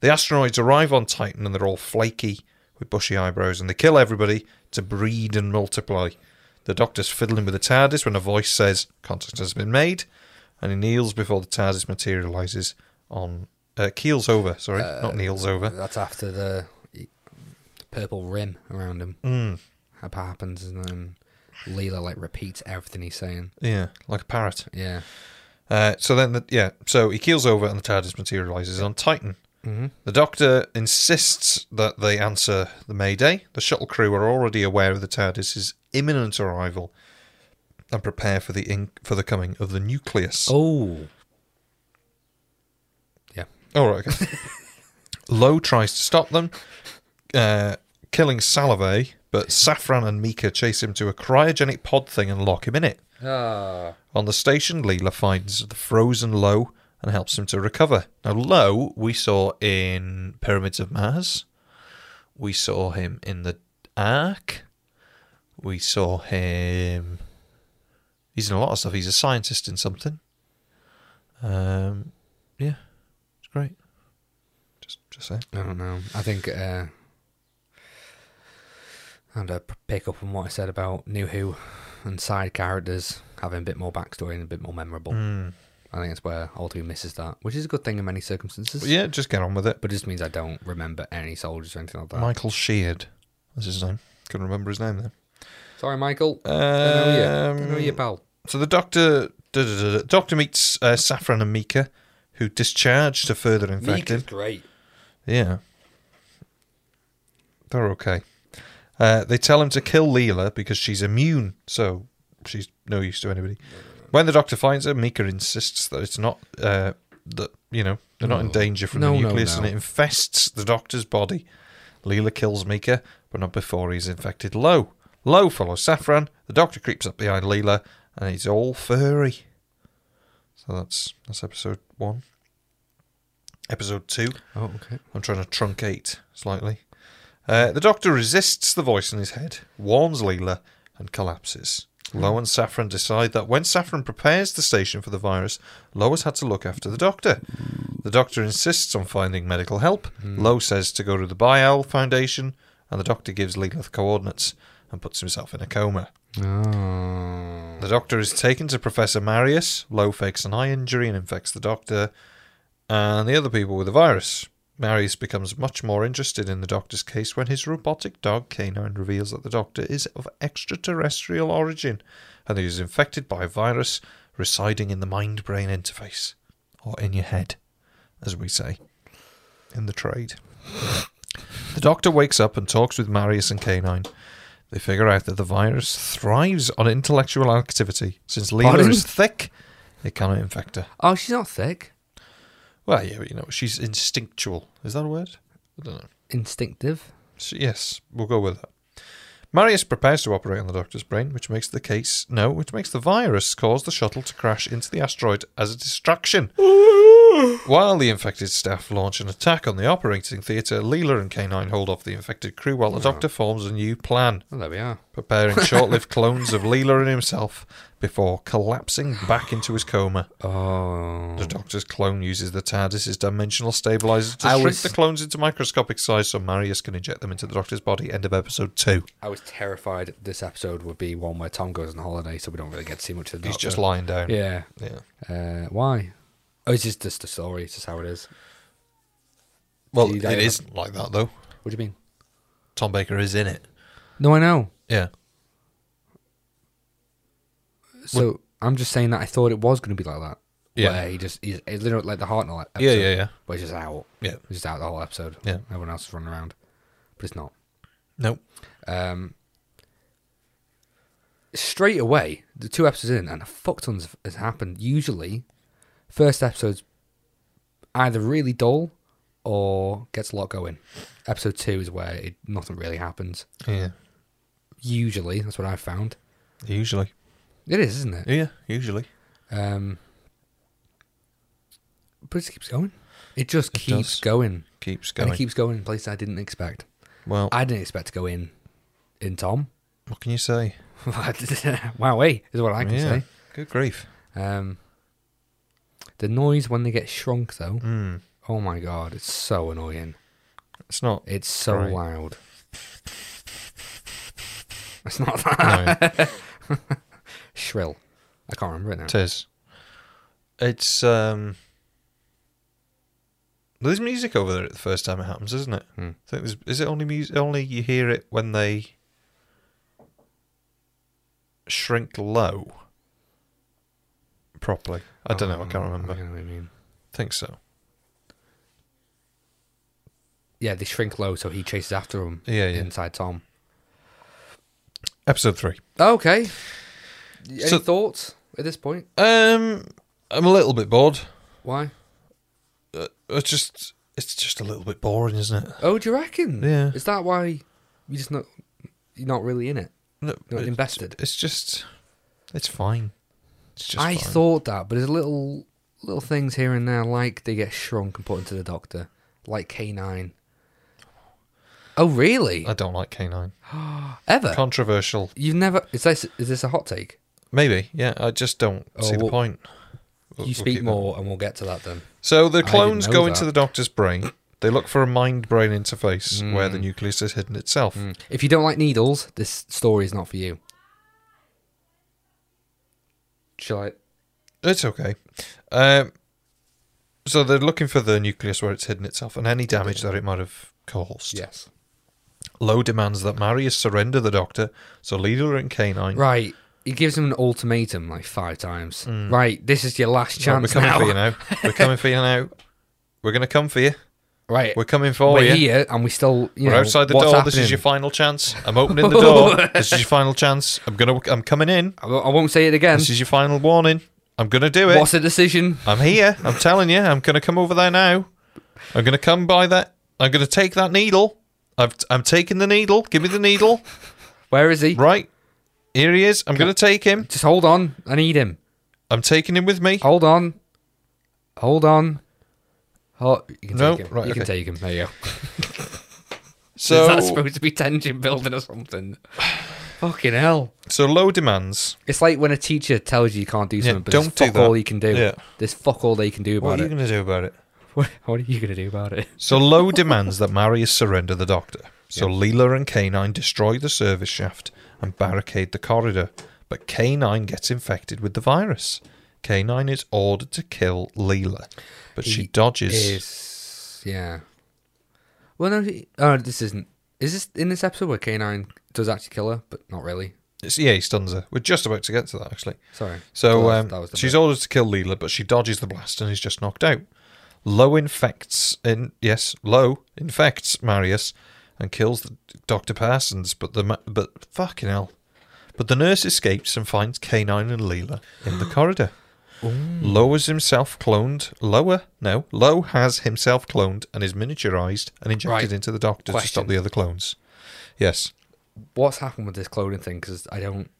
The asteroids arrive on Titan and they're all flaky with bushy eyebrows, and they kill everybody to breed and multiply. The doctor's fiddling with the TARDIS when a voice says contact has been made, and he kneels before the TARDIS materializes on uh, keels over. Sorry, not kneels over.
That's after the the purple rim around him.
Mm.
That happens, and then Leela like repeats everything he's saying.
Yeah, like a parrot.
Yeah,
Uh, so then, the, yeah, so he keels over and the TARDIS materializes on Titan. Mm-hmm. The Doctor insists that they answer the Mayday. The shuttle crew are already aware of the TARDIS's imminent arrival and prepare for the in- for the coming of the nucleus.
Oh. Yeah.
All right. Okay. Lowe tries to stop them, uh, killing Salovey, but Saffron and Mika chase him to a cryogenic pod thing and lock him in it. On the station, Leela finds the frozen Lowe and helps him to recover. Now, Lowe we saw in Pyramids of Mars. We saw him in the Ark. We saw him. He's in a lot of stuff. He's a scientist in something. Um, yeah, it's great. Just, just saying.
I don't know. I think uh, and I pick up on what I said about New Who and side characters having a bit more backstory and a bit more memorable.
Mm.
I think that's where Old Who misses that, which is a good thing in many circumstances.
Yeah, just get on with it.
But it just means I don't remember any soldiers or anything like that.
Michael Sheard. That's his name. Couldn't remember his name then.
Sorry, Michael.
Um,
Don't know you. Don't know you, pal.
So the doctor, duh, duh, duh, duh, doctor meets uh, Saffron and Mika, who discharge to further infect him.
great.
Yeah, they're okay. Uh, they tell him to kill Leela because she's immune, so she's no use to anybody. When the doctor finds her, Mika insists that it's not uh, that you know they're not in danger from
No,
the
no,
nucleus,
no.
and it infests the doctor's body. Leela kills Mika, but not before he's infected Lo. Lo follows Saffron. The doctor creeps up behind Leela, and he's all furry. So that's that's episode one. Episode two.
Oh, okay.
I'm trying to truncate slightly. Uh, the doctor resists the voice in his head, warns Leela, and collapses. Lo and Saffron decide that when Saffron prepares the station for the virus, Lo has had to look after the doctor. The doctor insists on finding medical help. Lo says to go to the Bial Foundation, and the doctor gives Leela the coordinates and puts himself in a coma. The doctor is taken to Professor Marius. Lo fakes an eye injury and infects the doctor and the other people with the virus. Marius becomes much more interested in the doctor's case when his robotic dog Canine reveals that the doctor is of extraterrestrial origin and that he is infected by a virus residing in the mind brain interface, or in your head, as we say in the trade. The doctor wakes up and talks with Marius and Canine. They figure out that the virus thrives on intellectual activity. Since Leela
Pardon?
is thick, it cannot infect her.
Oh, she's not thick.
Well, yeah, but you know, she's instinctual. Is that a word? I don't know.
Instinctive.
So, yes, we'll go with that. Marius prepares to operate on the doctor's brain, which makes the case no, which makes the virus cause the shuttle to crash into the asteroid as a distraction. While the infected staff launch an attack on the operating theatre, Leela and K9 hold off the infected crew while the doctor forms a new plan,
Oh, there we are.
preparing short lived clones of Leela and himself before collapsing back into his coma.
Oh.
The Doctor's clone uses the TARDIS's dimensional stabilizer to
I
shrink
was-
the clones into microscopic size so Marius can inject them into the Doctor's body. End of episode two.
I was terrified this episode would be one where Tom goes on holiday, so we don't really get to see much of the
He's
Doctor.
just lying down.
Yeah.
Yeah.
Uh, why? Oh, it's just, just the story. It's just how it is.
Well,
See,
it
that-
isn't like that though.
What do you mean?
Tom Baker is in it.
No, I know.
Yeah.
So I'm just saying that I thought it was going to be like that.
Yeah.
Where he just, he's, it's literally like the Hartnell episode.
Yeah, yeah, yeah.
Where he's just out.
Yeah.
He's just out the whole episode.
Yeah.
Everyone else is running around. But it's not.
No.
Um, straight away, the two episodes in, and a fuck tons of- has happened. Usually, first episode's either really dull or gets a lot going. Episode two is where it, nothing really happens.
Yeah.
Usually, that's what I've found.
Usually.
It is, isn't it?
Yeah. Usually.
Um, but it just keeps going. It just keeps
does.
going,
Keeps
and
going.
it keeps going in places I didn't expect.
well,
I didn't expect to go in, in Tom.
what can you say?
wow, hey, is what I can
yeah.
say.
Good grief.
Um, the noise when they get shrunk, though.
Mm.
Oh my god, it's so annoying.
It's not.
It's so
Right.
loud. It's not that
no.
shrill. I can't remember it now.
It is. It's um. There's music over there the first time it happens, isn't it?
Hmm.
I think there's, is it only music? Only you hear it when they shrink low. Properly, I don't know. I can't remember.
Oh, I know what you mean.
think so.
Yeah, they shrink low, so he chases after him.
Yeah, yeah.
Inside Tom.
Episode three.
Okay. Any
So-
thoughts at this point?
Um, I'm a little bit bored.
Why?
It's just, it's just a little bit boring, isn't it?
Oh, do you reckon?
Yeah.
Is that why you just not you're not really in it?
No,
Not
it-
invested.
It's just, it's fine. It's just.
I
fine.
thought that, but there's little little things here and there, like they get shrunk and put into the doctor, like K9. Oh, really?
I don't like K9.
Ever?
Controversial.
You've never? Is this is this a hot take?
Maybe, yeah. I just don't
Oh,
see the
well,
point. We'll-
You
we'll
speak
keep that.
more, and we'll get to that then.
So the clones
know
go
that.
into the doctor's brain. They look for a mind-brain interface where
Mm.
the nucleus is hidden itself.
If you don't like needles, this story is not for you. Shall I?
It's okay. Um, so they're looking for the nucleus where it's hidden itself and any damage that it might have caused.
Yes.
Low demands that Marius surrender the doctor, so Leela and Canine
Right. He gives him an ultimatum like five times. Right, this is your last
Mm. Right, we're
chance
coming
now.
for you now. We're coming for you now. We're gonna come for you.
Right,
We're coming for
we're
you.
here and we still. You
We're
know,
outside the
what's
door. This is
happening?
your final chance. I'm opening the door. this is your final chance. I'm gonna. I'm coming in.
I won't- I won't say it again.
This is your final warning. I'm gonna do it.
What's the decision?
I'm here. I'm telling you. I'm gonna come over there now. I'm gonna come by that. I'm gonna take that needle. I've, I'm taking the needle. Give me the needle.
Where is he?
Right. Here he is. I'm going to take him.
Just hold on. I need him.
I'm taking him with me.
Hold on. Hold on. Oh, you can
No,
take him.
right,
you can
okay.
take him. There you go. Is that
So,
supposed to be tension building or something? Fucking hell.
so low demands.
It's like when a teacher tells you you can't do
Yeah,
something, but there's
don't do
fuck
that.
all you can do.
Yeah.
There's fuck all they can do
What
about
are you
it.
going to do about it?
What, what are you going to do about it?
So Low demands that Marius surrender the doctor. So Leela and Canine destroy the service shaft and barricade the corridor. But Canine gets infected with the virus. Canine is ordered to kill Leela, but she
He
dodges.
Is yeah. Well, no. he- Oh, this isn't. Is this in this episode where K9 does actually kill her, but not really?
It's- yeah, he stuns her. We're just about to get to that actually.
Sorry.
So
That was-
um,
that was the
she's
bit.
ordered to kill Leela, but she dodges the blast and is just knocked out. Low infects in yes, Low infects Marius and kills the Doctor Parsons, but the ma- but fucking hell. But the nurse escapes and finds Canine and Leela in the corridor. Low has himself cloned. Lower, no, Low has himself cloned and is miniaturized and injected
Right.
into the Doctor to
Question.
stop the other clones. Yes,
what's happened with this cloning thing? Because I don't.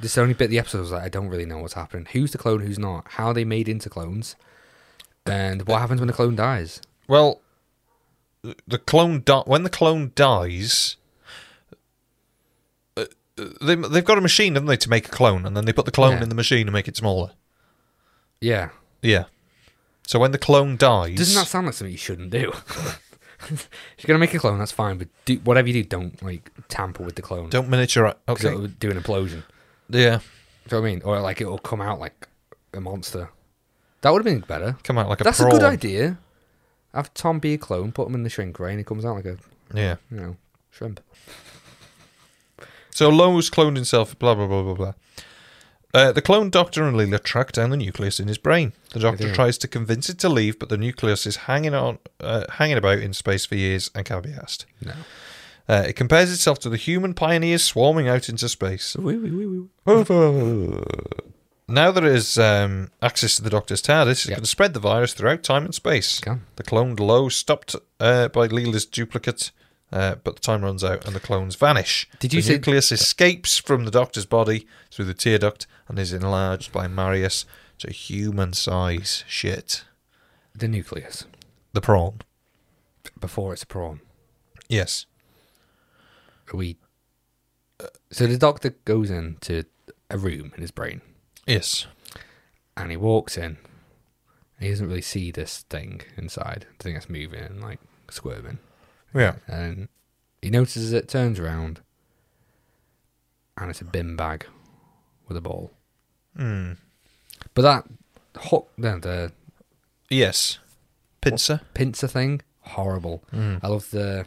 This is the only bit of the episode was like I don't really know what's happening. Who's the clone? Who's not? How are they made into clones? And what happens when the clone dies?
Well, th- the clone di- when the clone dies, uh, uh, they they've got a machine, haven't they, to make a clone, and then they put the clone
Yeah.
in the machine and make it smaller.
Yeah.
Yeah. So when the clone dies,
Doesn't that sound like something you shouldn't do? if you're gonna make a clone, that's fine, but do whatever you do, don't like tamper with the clone.
don't miniature?
because
Okay.
it would do an implosion.
Yeah.
Do you know what I mean? Or like it'll come out like a monster. That would have been better.
Come out like a
That's
prawn.
a good idea. Have Tom be a clone, put him in the shrink ray, and he comes out like a
Yeah.
you know shrimp.
So Lowe's cloned himself, blah, blah, blah, blah, blah. Uh, the clone doctor and Leela track down the nucleus in his brain. The doctor
do.
tries to convince it to leave, but the nucleus is hanging on, uh, hanging about in space for years and can't be asked.
No.
Uh, it compares itself to the human pioneers swarming out into space. Now there is um, access to the Doctor's TARDIS, it
Yep.
can spread the virus throughout time and space.
Can.
The cloned Lowe stopped uh, by Leela's duplicate, uh, but the time runs out and the clones vanish.
Did you
the
say-
nucleus escapes from the Doctor's body through the tear duct and is enlarged by Marius to human size. Shit.
The nucleus
The prawn.
before it's a prawn.
Yes.
Are we? uh, So the doctor goes into a room in his brain,
Yes.
and he walks in. He doesn't really see this thing inside. The thing that's moving and like squirming.
Yeah.
and he notices it turns around and it's a bin bag with a ball. Hmm. But that hook, the, the
Yes. Pincer.
pincer thing, horrible. I love the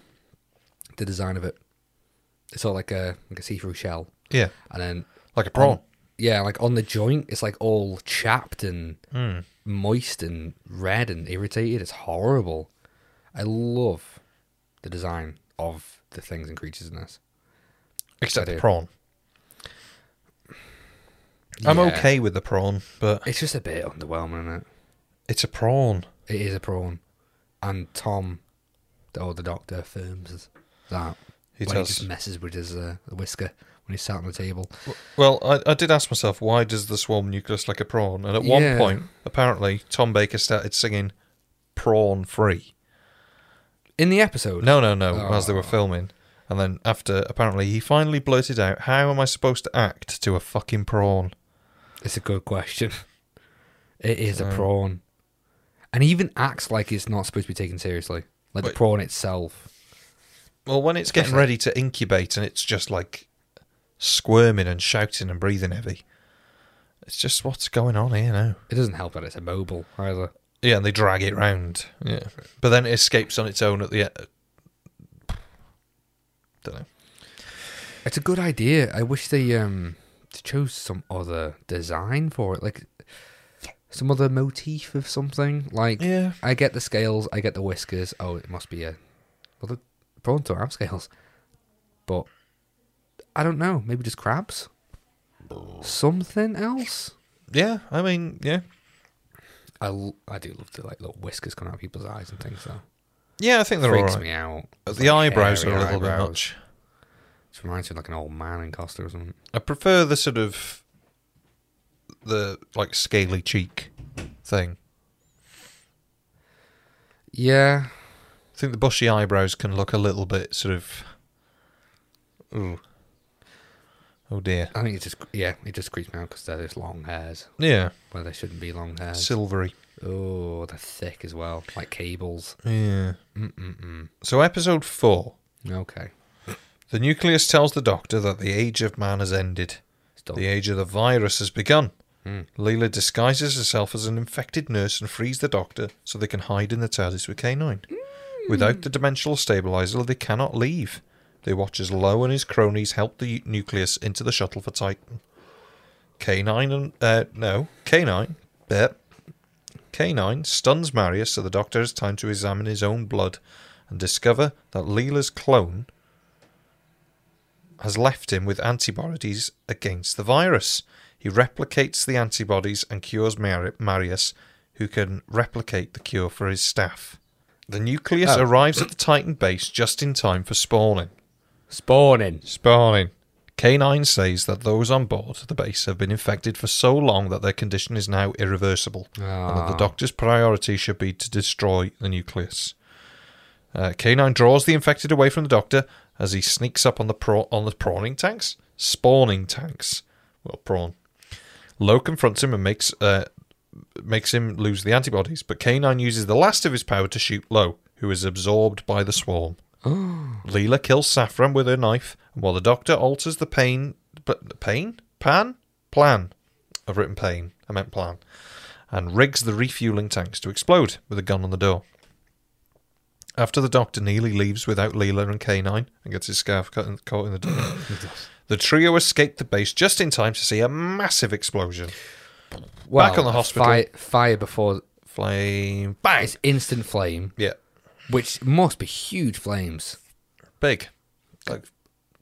the design of it. It's all like a like a see-through shell,
Yeah.
and then
Like a prawn.
yeah, like on the joint, it's like all chapped and moist and red and irritated. It's horrible. I love the design of the things and creatures in this.
Except
I
the
do.
prawn. I'm
Yeah.
okay with the prawn, but
It's just a bit underwhelming, isn't it?
it's a prawn.
It is a prawn. And Tom, the, or the doctor, affirms that.
He
when
does.
he just messes with his uh, whisker when he's sat on the table.
Well, I, I did ask myself, why does the swarm nucleus like a prawn? And at
Yeah.
one point, apparently, Tom Baker started singing prawn free.
In the episode.
No, no, no, as they were filming. And then after, apparently, he finally blurted out, how am I supposed to act to a fucking prawn?
It's a good question. It is a prawn. And he even acts like it's not supposed to be taken seriously. Like the
Wait.
prawn itself.
Well, when it's getting ready to incubate and it's just like squirming and shouting and breathing heavy, it's just what's going on here now.
It doesn't help that it's immobile either.
Yeah, and they drag it round. Yeah, but then it escapes on its own at the. e- Don't know.
It's a good idea. I wish they um they chose some other design for it, like some other motif of something. Like
Yeah.
I get the scales, I get the whiskers. Oh, it must be a well, the prawns don't have scales, but I don't know. Maybe just crabs. Something else.
Yeah, I mean, yeah.
I, l- I do love the like little whiskers coming out of people's eyes and things though.
Yeah, I think they're all
Freaks
right.
me out. It's
The
like
eyebrows are
hairy
a little bit
eyebrows.
much.
It reminds me of like an old man in Costa or something.
I prefer the sort of the like scaly cheek thing.
Yeah.
I think the bushy eyebrows can look a little bit sort of. Ooh. Oh dear.
I think it just, yeah, it just creeps me out because they're just long hairs
Yeah.
where they shouldn't be long hairs.
Silvery.
oh, they're thick as well, like cables.
Yeah. So, episode four.
Okay.
The nucleus tells the doctor that the age of man has ended.
Stop.
The age of the virus has begun. Leela disguises herself as an infected nurse and frees the doctor so they can hide in the TARDIS with K9. Without the dimensional stabilizer, they cannot leave. They watch as Lowe and his cronies help the nucleus into the shuttle for Titan. K9 and. Uh, no. K9. Yep. K9 stuns Marius so the doctor has time to examine his own blood and discover that Leela's clone has left him with antibodies against the virus. He replicates the antibodies and cures Mar- Marius, who can replicate the cure for his staff. The nucleus arrives at the Titan base just in time for spawning.
Spawning.
Spawning. K9 says that those on board the base have been infected for so long that their condition is now irreversible, and that the doctor's priority should be to destroy the nucleus. Uh, K9 draws the infected away from the doctor as he sneaks up on the pra- on the prawning tanks, spawning tanks. Well, prawn. Low confronts him and makes uh, makes him lose the antibodies, but K9 uses the last of his power to shoot Low, who is absorbed by the swarm. Leela kills Saffron with her knife, and while the doctor alters the pain, but pain, pan, plan. I've written pain. I meant plan. And rigs the refueling tanks to explode with a gun on the door. After the doctor nearly leaves without Leela and K9 and gets his scarf cut in, caught in the door, the trio escape the base just in time to see a massive explosion.
Well,
Back on the
a
hospital.
Fire, fire before.
Flame, bang!
It's instant flame,
Yeah,
which must be huge flames.
big, like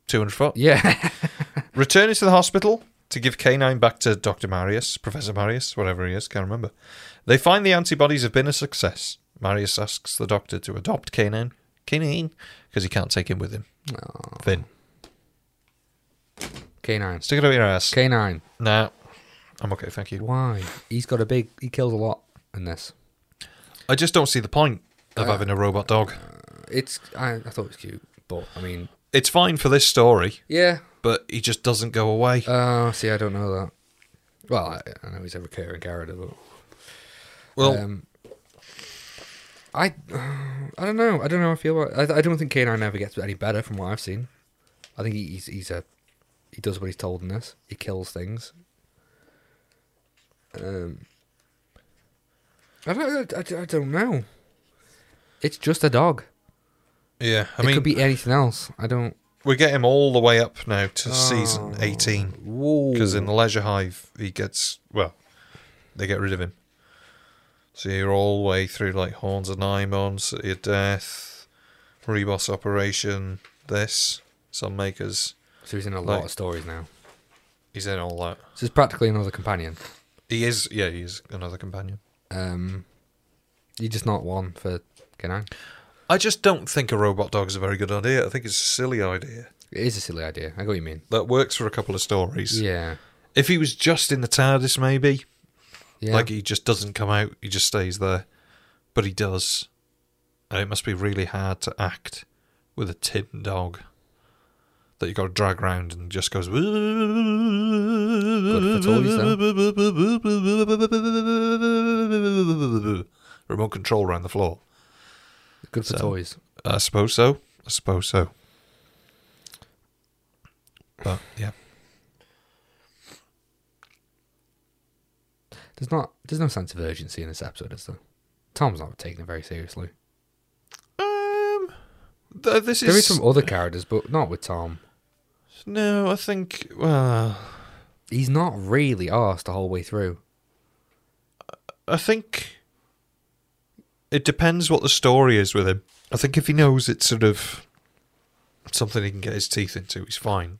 two hundred foot.
Yeah.
Returning to the hospital to give K9 back to Dr. Marius, Professor Marius, whatever he is, can't remember. They find the antibodies have been a success. Marius asks the doctor to adopt K9. K9, because he can't take him with him. Finn,
K9.
stick it up your ass.
K9.
Nah, I'm okay, thank you.
Why? He's got a big. He kills a lot in this.
I just don't see the point of having a robot dog.
It's. I, I thought it was cute, but I mean,
It's fine for this story,
yeah.
but he just doesn't go away.
Uh, see, I don't know that. Well, I, I know he's a recurring character, but
well,
um, I, I don't know. I don't know. How I feel about. I, I don't think K9 ever gets any better from what I've seen. I think he, he's he's a he does what he's told in this. He kills things. Um, I don't. I, I- I don't know. It's just a dog.
yeah, I
it
mean,
could be anything else. I don't.
we're getting all the way up now
Oh.
to season 18.
Whoa.
because in the leisure hive he gets well they get rid of him so you're all the way through like horns of nymon city of death reboss operation this sunmakers
So he's in a lot
like-
of stories now.
he's in all that
So it's practically another companion.
he is yeah he's another companion
Um, you're just not one for K9.
i just don't think a robot dog is a very good idea i think it's a silly idea
It is a silly idea. I got what you mean.
that works for a couple of stories
Yeah.
if he was just in the tardis maybe
Yeah.
Like he just doesn't come out, he just stays there. But he does. And it must be really hard to act with a tin dog that you got to drag round and just goes.
for toys,
Remote control around the floor.
Good for toys.
I suppose so. I suppose so. But yeah.
There's not. There's no sense of urgency in this episode, is there? Tom's not taking it very seriously.
Um, th- this
There is
is.
some other characters, but not with Tom.
No, I think. Well.
He's not really asked the whole way through.
I think it depends what the story is with him. I think if he knows it's sort of something he can get his teeth into, he's fine.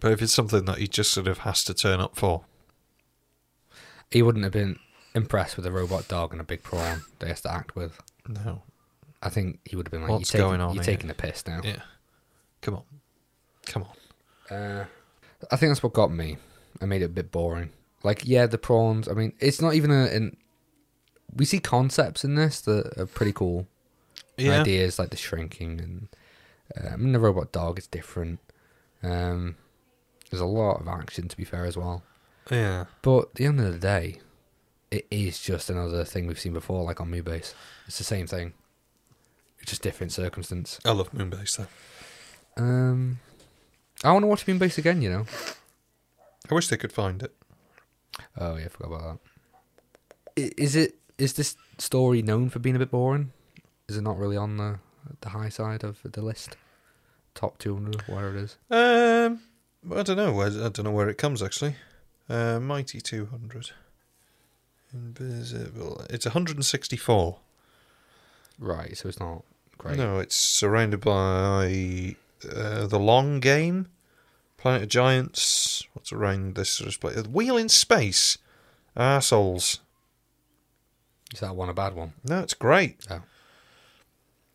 but if it's something that he just sort of has to turn up for,
He wouldn't have been impressed with a robot dog and a big prawn they has to act with.
no.
I think he would have been like,
What's
you're, taking,
going on
you're
here?"
taking the piss now.
Yeah. Come on. Come on.
Uh, I think that's what got me. I made it a bit boring. Like, yeah, the prawns. I mean, it's not even a. An, we see concepts in this that are pretty cool.
Yeah.
Ideas like the shrinking and uh, I mean, the robot dog is different. Um, there's a lot of action, to be fair, as well.
Yeah.
But at the end of the day, it is just another thing we've seen before, like on Moobase. It's the same thing. It's just different circumstance.
I love Moonbase though.
Um, I want to watch Moonbase again, you know.
I wish they could find it.
Oh yeah, I forgot about that. I- Is it is this story known for being a bit boring? Is it not really on the the high side of the list? Top two hundred, whatever it is.
Um, I don't know. Where, I don't know where it comes actually. Uh, Mighty two hundred. Invisible. It's one hundred and sixty-four.
Right, so it's not great.
No, it's surrounded by uh, the Long Game, Planet of Giants. What's around this sort of place? Wheel in Space. Arseholes.
Is that one a bad one?
No, it's great.
Oh.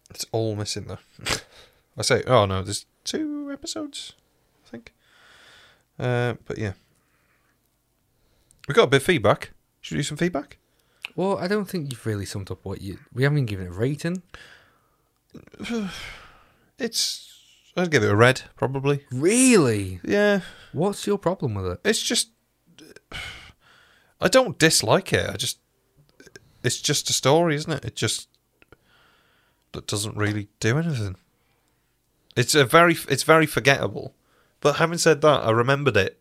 It's all missing though. I say, oh no, there's two episodes, I think. Uh, but yeah, we got a bit of feedback. Should we do some feedback?
Well, I don't think you've really summed up what you. We haven't even given it a rating.
It's I'd give it a red probably.
Really?
Yeah,
What's your problem with it?
it's just I don't dislike it. I just it's just a story, isn't it? It just that doesn't really do anything. It's a very it's very forgettable. But having said that, I remembered it.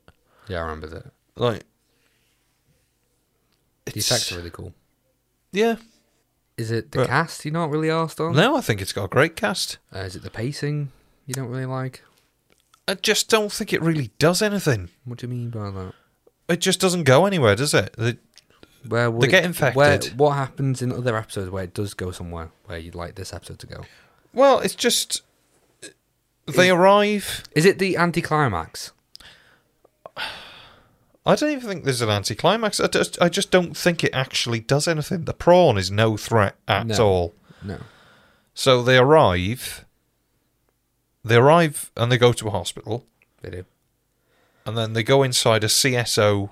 Yeah, I remember that.
Like
The effects are really cool.
yeah.
Is it the
Right.
cast you're not really asked on?
No, I think it's got a great cast.
Uh, is it the pacing you don't really like?
I just don't think it really does anything.
What do you mean by that?
It just doesn't go anywhere, does it? The-
Where would
They
it-
get infected.
Where, what happens in other episodes where it does go somewhere where you'd like this episode to go?
well, it's just they arrive.
Is it the anticlimax?
I don't even think there's an anticlimax. I just, I just don't think it actually does anything. The prawn is no threat at
No.
all.
No.
So they arrive. They arrive and they go to a hospital,
They do.
and then they go inside a CSO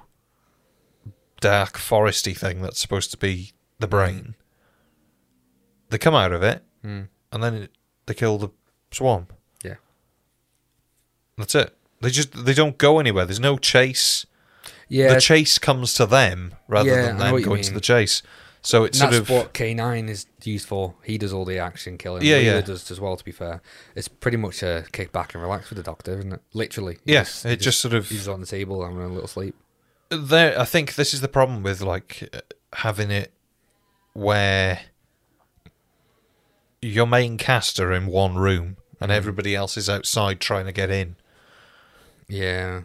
dark foresty thing that's supposed to be the brain. They come out of it, and then it, they kill the swan.
Yeah.
That's it. They just they don't go anywhere. There's no chase.
Yeah.
the chase comes to them rather
Yeah, I
than
know
them
what you
going to
mean.
the chase. So it's
and
sort
that's
of
what K9 is used for. He does all the action killing.
Yeah,
Leela
yeah.
does as well, to be fair. It's pretty much a kick back and relax with the doctor, isn't it? Literally. He
Yeah,
he
it just sort of-
He's on the table having a little sleep.
there. I think this is the problem with like uh, having it where your main cast are in one room
Mm.
and everybody else is outside trying to get in.
Yeah.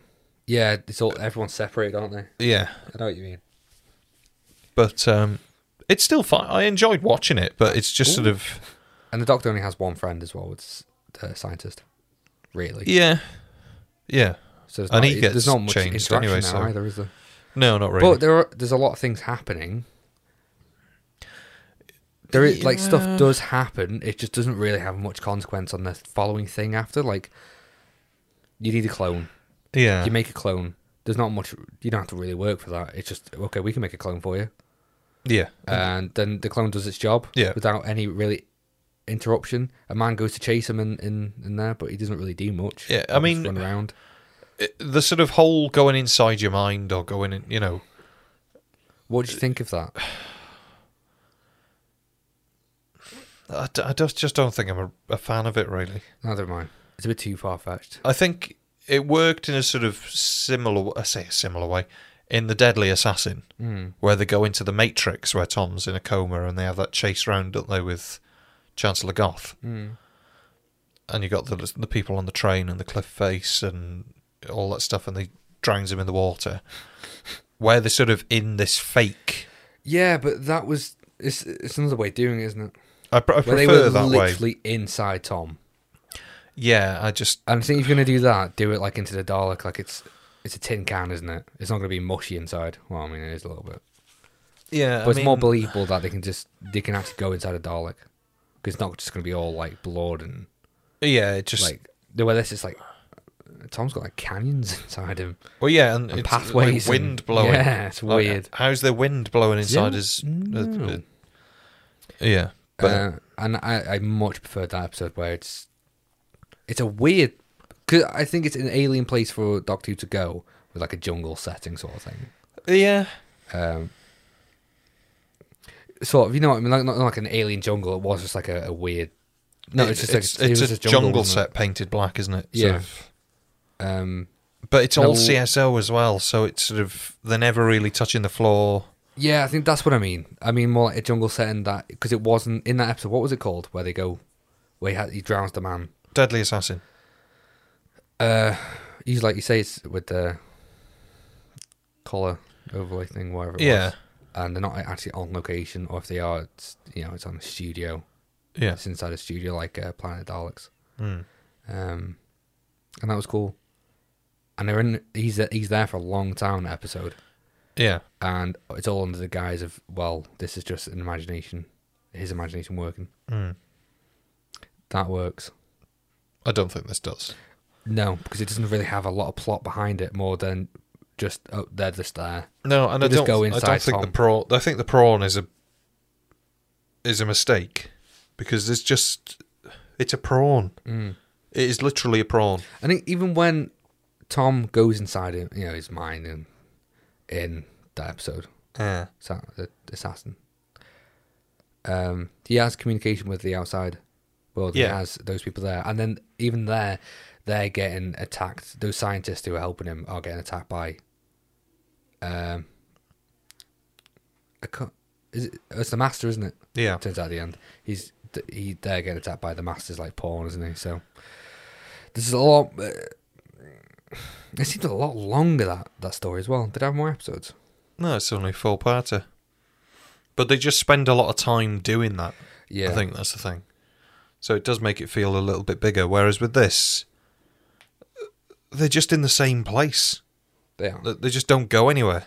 Yeah, it's all everyone's separated, aren't they?
Yeah,
I know what you mean.
but um, it's still fun. I enjoyed watching it, but it's just sort of
And the doctor only has one friend as well. It's the scientist. Really.
yeah, yeah.
So there's
And
not, e,
he
there's
gets
not much
changed
interaction
anyway,
there
so-
either, is there?
No, not really.
But there are there's a lot of things happening. There is like stuff does happen. It just doesn't really have much consequence on the following thing after. Like you need a clone.
yeah,
You make a clone. There's not much. You don't have to really work for that. It's just okay. We can make a clone for you,
yeah, Uh,
and then the clone does its job
Yeah.
without any really interruption. A man goes to chase him in in, in there, but he doesn't really do much.
Yeah, I
He'll just
mean-
run around.
the sort of whole going inside your mind or going in, you know.
What do
uh,
you think of that?
I, d- I just, just don't think I'm a, a fan of it, really.
Neither mind. It's a bit too far fetched.
I think it worked in a sort of similar, I say a similar way, in The Deadly Assassin,
Hmm.
where they go into the Matrix, where Tom's in a coma, and they have that chase round, don't they, with Chancellor Goth.
Hmm.
And you got the, the people on the train and the cliff face and all that stuff, and they drowns him in the water, where they're sort of in this fake.
Yeah, but that was it's it's another way of doing it, isn't it?
I, pr- I
Where they were
prefer that way.
literally inside Tom.
Yeah, I just
And I think if you're gonna do that, do it like into the Dalek, like it's it's a tin can, isn't it? It's not gonna be mushy inside. Well, I mean it is a little bit.
yeah.
But it's more believable that they can just they can actually go inside a Dalek. Because it's not just going to be all like blood and
Yeah, it just
like the way this is like Tom's got like canyons inside him.
well, yeah, and,
and
it's
pathways
like wind
and-
blowing.
yeah, it's
Like,
weird.
how's there wind blowing inside his?
No.
uh, uh, yeah, but
uh, and I, I much prefer that episode where it's it's a weird because I think it's an alien place for Doctor Who to go with like a jungle setting sort of thing.
yeah,
Um, sort of, you know what I mean? Like not like an alien jungle. It was just like a, a weird. No,
It-
it's just like
it's,
it
it's
was
a
just
jungle,
wasn't it?
set painted black, isn't it?
Yeah.
Sort of.
Um,
But it's
No.
all CSO as well, so it's sort of they're never really touching the floor.
yeah, I think that's what I mean. I mean more like a jungle setting that because it wasn't in that episode. What was it called? Where they go, where he, ha- he drowns the man.
Deadly Assassin,
Uh, he's like you say, it's with the collar overlay thing, whatever. It
Yeah.
was. and they're not actually on location, or if they are, it's you know, it's on a studio.
yeah,
It's inside a studio like uh, Planet Daleks. Um, and that was cool. And they're in. He's he's there for a long time. in the Episode,
yeah,
and it's all under the guise of well, this is just an imagination, his imagination working. That works.
I don't think this does.
No, because it doesn't really have a lot of plot behind it, more than just oh, they're just there.
No, and I
They just
don't.
go
I
inside
don't think
Tom.
the prawn. I think the prawn is a is a mistake because it's just it's a prawn.
Mm.
It is literally a prawn.
I think e-, even when Tom goes inside, him, you know, his mind in in that episode,
Yeah.
Sa- the assassin. Um, he has communication with the outside world. He
Yeah.
has those people there, and then even there, they're getting attacked. Those scientists who are helping him are getting attacked by. Um, I can't, is it, it's the master, isn't it?
Yeah.
Turns out at the end, he's th- he they're getting attacked by the master's like pawn, isn't he? So this is a lot. Uh, it seems a lot longer that that story as well. Did I have more episodes?
No, it's only four parter. But they just spend a lot of time doing that.
Yeah.
I think that's the thing. So it does make it feel a little bit bigger. Whereas with this, they're just in the same place.
They are.
They- They just don't go anywhere.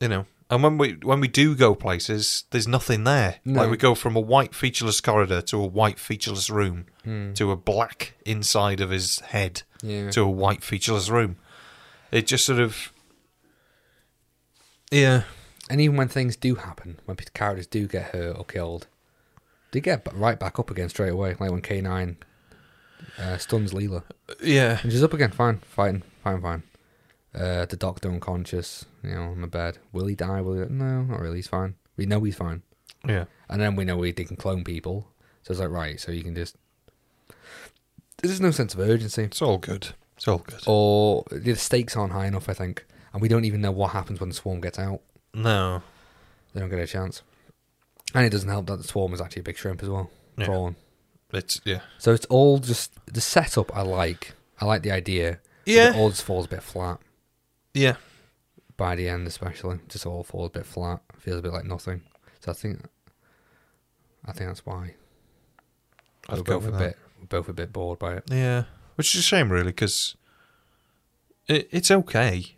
You know. And when we when we do go places, there's nothing there.
No.
Like we go from a white featureless corridor to a white featureless room to a black inside of his head
Yeah.
to a white featureless room. It just sort of yeah.
And even when things do happen, when p- characters do get hurt or killed, they get b- right back up again straight away. Like when K9 uh, stuns Leela.
Yeah.
And she's up again, fine, fighting, fine, fine. Uh, the doctor unconscious, you know, on the bed. Will he die? Will he? No, not really. He's fine. We know he's fine.
Yeah.
And then we know we they can clone people. So it's like, right, so you can just. There's no sense of urgency.
It's all good. It's all good.
Oh. Or the stakes aren't high enough, I think. And we don't even know what happens when the swarm gets out.
No.
They don't get a chance. And it doesn't help that the swarm is actually a big shrimp as well.
Yeah.
Prawn.
It's yeah.
So it's all just the setup I like. I like the idea. but
Yeah.
It all just falls a bit flat
Yeah.
by the end especially. Just all falls a bit flat. Feels a bit like nothing. So I think I think that's why.
I'd
we're
go
both
for
a
that.
bit we're both a bit bored by it.
Yeah. Which is a shame really cuz it, it's okay.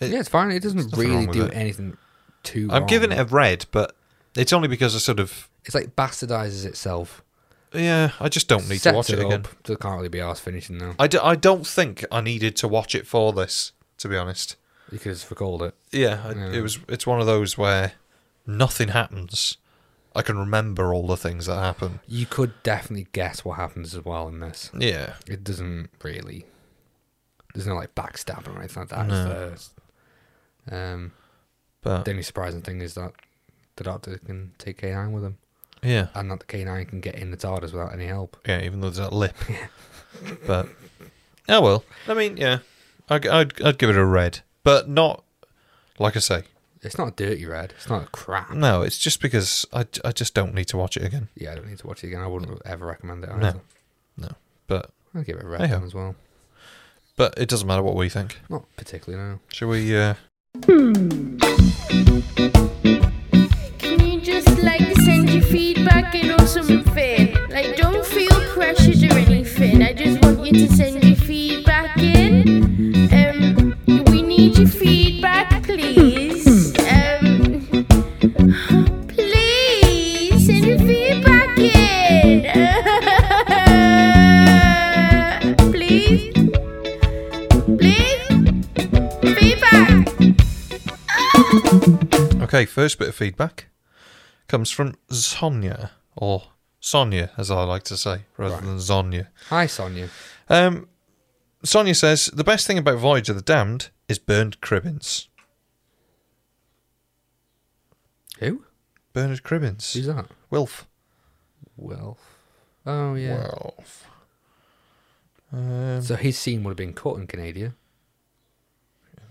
It-
yeah, it's fine. It doesn't
nothing
really
wrong with
do
it.
anything too
I'm
wrong.
giving it a red, but it's only because I sort of
it's like bastardizes itself.
yeah, I just don't need
Sets
to watch it, again.
up. There can't really be asked finishing now.
I, d- I don't think I needed to watch it for this, to be honest.
You could have recalled it.
Yeah, I, it was it's one of those where nothing happens. I can remember all the things that happen.
You could definitely guess what happens as well in this.
Yeah.
It doesn't really. There's no like backstabbing or anything like that. It's
No.
first. Um,
But
the only surprising thing is that the doctor can take K9 with him,
yeah.
and that the K9 can get in the TARDIS without any help.
Yeah, even though there's that lip. but oh well. I mean, yeah, I'd, I'd I'd give it a red, but not like I say.
It's not a dirty red. It's not a crap.
No, it's just because I, I just don't need to watch it again.
Yeah, I don't need to watch it again. I wouldn't ever recommend it. Either.
No, no. But
I'd give it a red
Hey-ho.
one as well.
but it doesn't matter what we think.
Not particularly no.
Shall we? Uh,
Can you just like send your feedback in or something? Like, don't feel pressured or anything. I just want you to send your feedback in. Um, we need your feedback, please. Um, please send your feedback in.
Okay, first bit of feedback comes from Sonia, or Sonia, as I like to say, rather
Right.
than Zonia.
Hi, Sonia.
Um, Sonia says the best thing about Voyage of the Damned is Bernard Cribbins.
Who?
Bernard Cribbins.
Who's that?
Wilf.
Well. Oh yeah.
Wilf. Um,
So his scene would have been cut in Canada.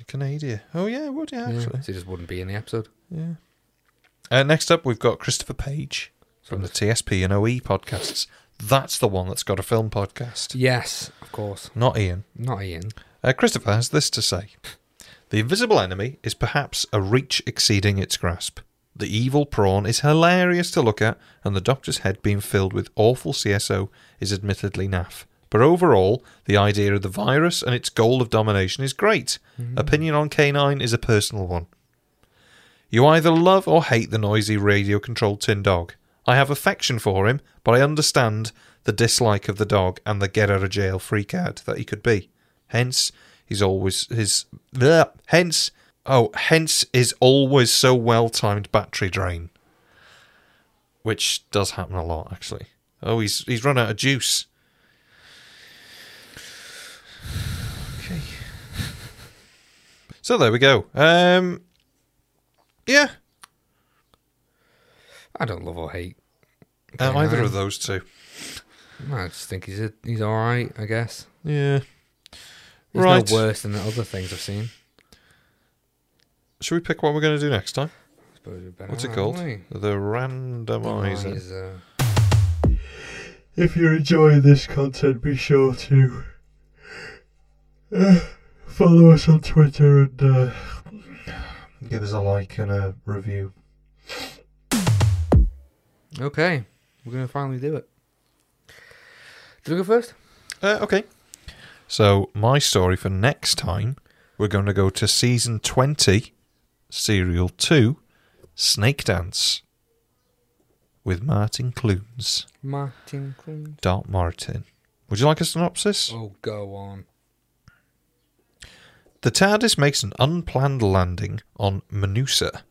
Canada. Oh yeah, it would yeah
Yeah,
actually.
so he just wouldn't be in the episode.
Yeah. Uh, next up, we've got Christopher Page from the TSP and OE podcasts. That's the one that's got a film podcast.
Yes, of course.
Not Ian.
Not Ian.
Uh, Christopher has this to say The invisible enemy is perhaps a reach exceeding its grasp. The evil prawn is hilarious to look at, and the doctor's head being filled with awful CSO is admittedly naff. But overall, the idea of the virus and its goal of domination is great. Opinion on K9 is a personal one. You either love or hate the noisy radio controlled tin dog. I have affection for him, but I understand the dislike of the dog and the get out of jail free card that he could be. Hence, he's always his. Bleh, hence, oh, hence is always so well timed battery drain. Which does happen a lot, actually. Oh, he's he's run out of juice. Okay. So there we go. Um, yeah,
I don't love or hate.
uh, either
K9.
of those two.
I just think he's a, he's all right. I guess.
Yeah.
He's
Right.
no worse than the other things I've seen.
Should we pick what we're going to do next time?
Suppose we better
What's it
have,
called?
haven't
The
Oh,
randomizer.
Randomizer.
If you're enjoying this content, be sure to uh, follow us on Twitter and uh,
give us a like and a review.
Okay, we're gonna finally do it. Did we go first?
Uh, okay. So my story for next time, we're going to go to season twenty, serial two, Snake Dance, with Martin Clunes,
Martin Clunes.
Dart Martin. Would you like a synopsis?
Oh, go on.
The TARDIS makes an unplanned landing on Manusa,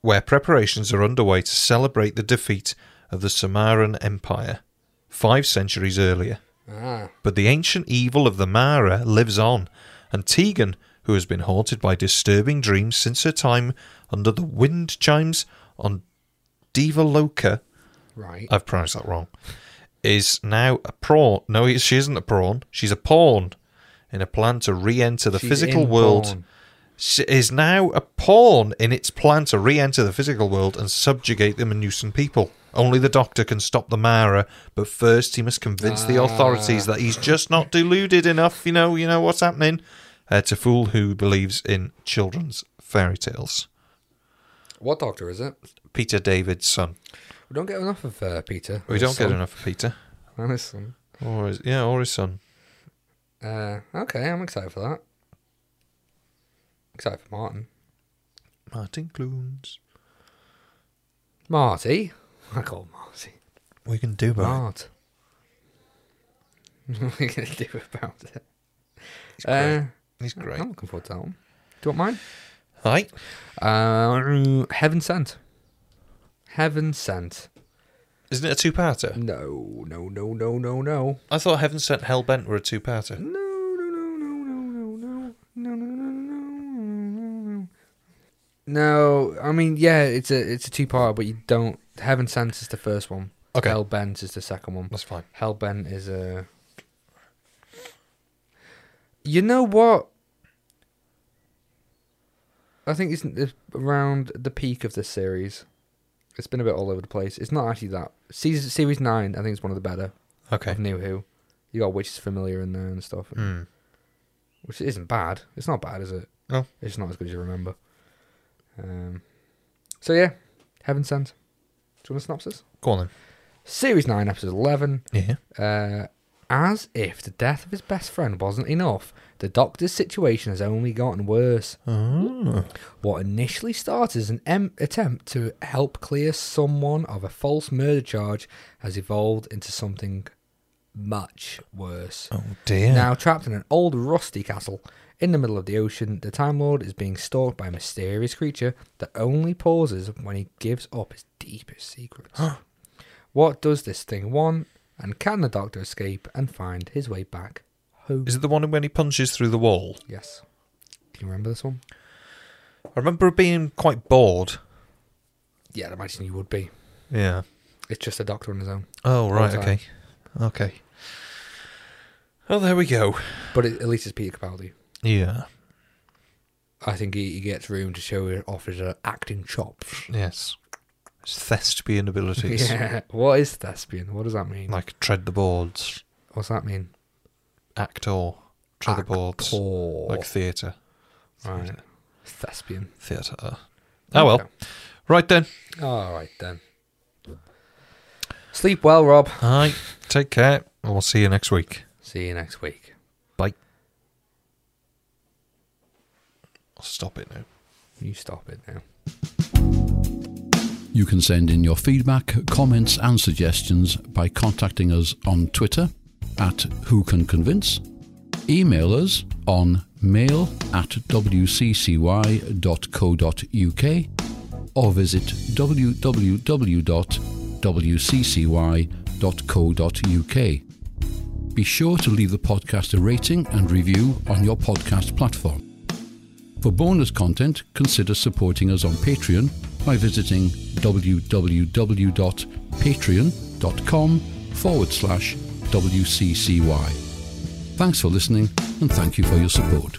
where preparations are underway to celebrate the defeat of the Samaran Empire five centuries earlier.
Ah.
But the ancient evil of the Mara lives on, and Tegan, who has been haunted by disturbing dreams since her time under the wind chimes on Devaloka,
Right.
I've pronounced that wrong, is now a prawn. No, she isn't a prawn. She's a pawn in a plan to re enter the
She's
physical
in
world.
pawn.
She is now a pawn in its plan to re enter the physical world and subjugate the Manusan people. Only the doctor can stop the Mara, but first he must convince
Ah.
the authorities that he's just not deluded enough. You know, you know what's happening. Uh, to fool who believes in children's fairy tales.
What doctor is it?
Peter David's son.
We don't get enough of uh, Peter.
We don't get enough of Peter.
And his son.
Or his, yeah, or his son.
Uh, okay, I'm excited for that. Excited for Martin.
Martin Clunes.
Marty. I call him Marty.
We can do about it.
Mart. What are we going to do about it? Uh,
He's great.
I'm looking forward to that one. Do you want mine?
Hi.
Uh, Heaven Sent. Heaven Sent.
Isn't it a two-parter?
No, no, no, no, no, no.
Mm. I thought Heaven Sent Hellbent were a two-parter.
No, I mean, yeah, it's a it's a two part, but you don't. Heaven Sent is the first one.
Okay.
Hellbent is the second one.
That's fine.
Hellbent is a. You know what? I think it's it's around the peak of this series. It's been a bit all over the place. It's not actually that. Season, series 9, I think, is one of the better.
Okay.
Of New Who. You got Witches Familiar in there and stuff.
Hmm.
Which isn't bad. It's not bad, is it?
No.
It's not as good as you remember. Um, so, yeah. Heaven Sent. Do you want a synopsis?
Go on then.
Series 9, episode 11.
Yeah.
Uh, as if the death of his best friend wasn't enough, the doctor's situation has only gotten worse. What initially started as an em- attempt to help clear someone of a false murder charge has evolved into something much worse.
Oh dear.
Now trapped in an old rusty castle in the middle of the ocean, the Time Lord is being stalked by a mysterious creature that only pauses when he gives up his deepest secrets. what does this thing want? And can the Doctor escape and find his way back?
Is it the one when he punches through the wall?
Yes. Do you remember this one?
I remember being quite bored.
Yeah, I'd imagine you would be.
Yeah.
It's just a Doctor on his own.
Oh
All
right,
the time.
okay, okay. Well, there we go.
But it, at least it's Peter Capaldi.
Yeah.
I think he, he gets room to show off his uh, acting chops.
Yes. It's thespian abilities.
Yeah. What is thespian? What does that mean?
Like tread the boards.
What's that mean?
Actor. Tread the boards. Like theatre.
Right. Thespian.
Theatre. Oh well. Right then.
All right then. Sleep well, Rob.
Hi. Take care. and We'll see you next week.
See you next week.
Bye. I'll stop it now.
You stop it now.
You can send in your feedback, comments, and suggestions by contacting us on Twitter at Who Can Convince, email us on mail at wccy.co.uk, or visit www.wccy.co.uk. Be sure to leave the podcast a rating and review on your podcast platform. For bonus content, consider supporting us on Patreon by visiting www.patreon.com forward slash WCCY. Thanks for listening and thank you for your support.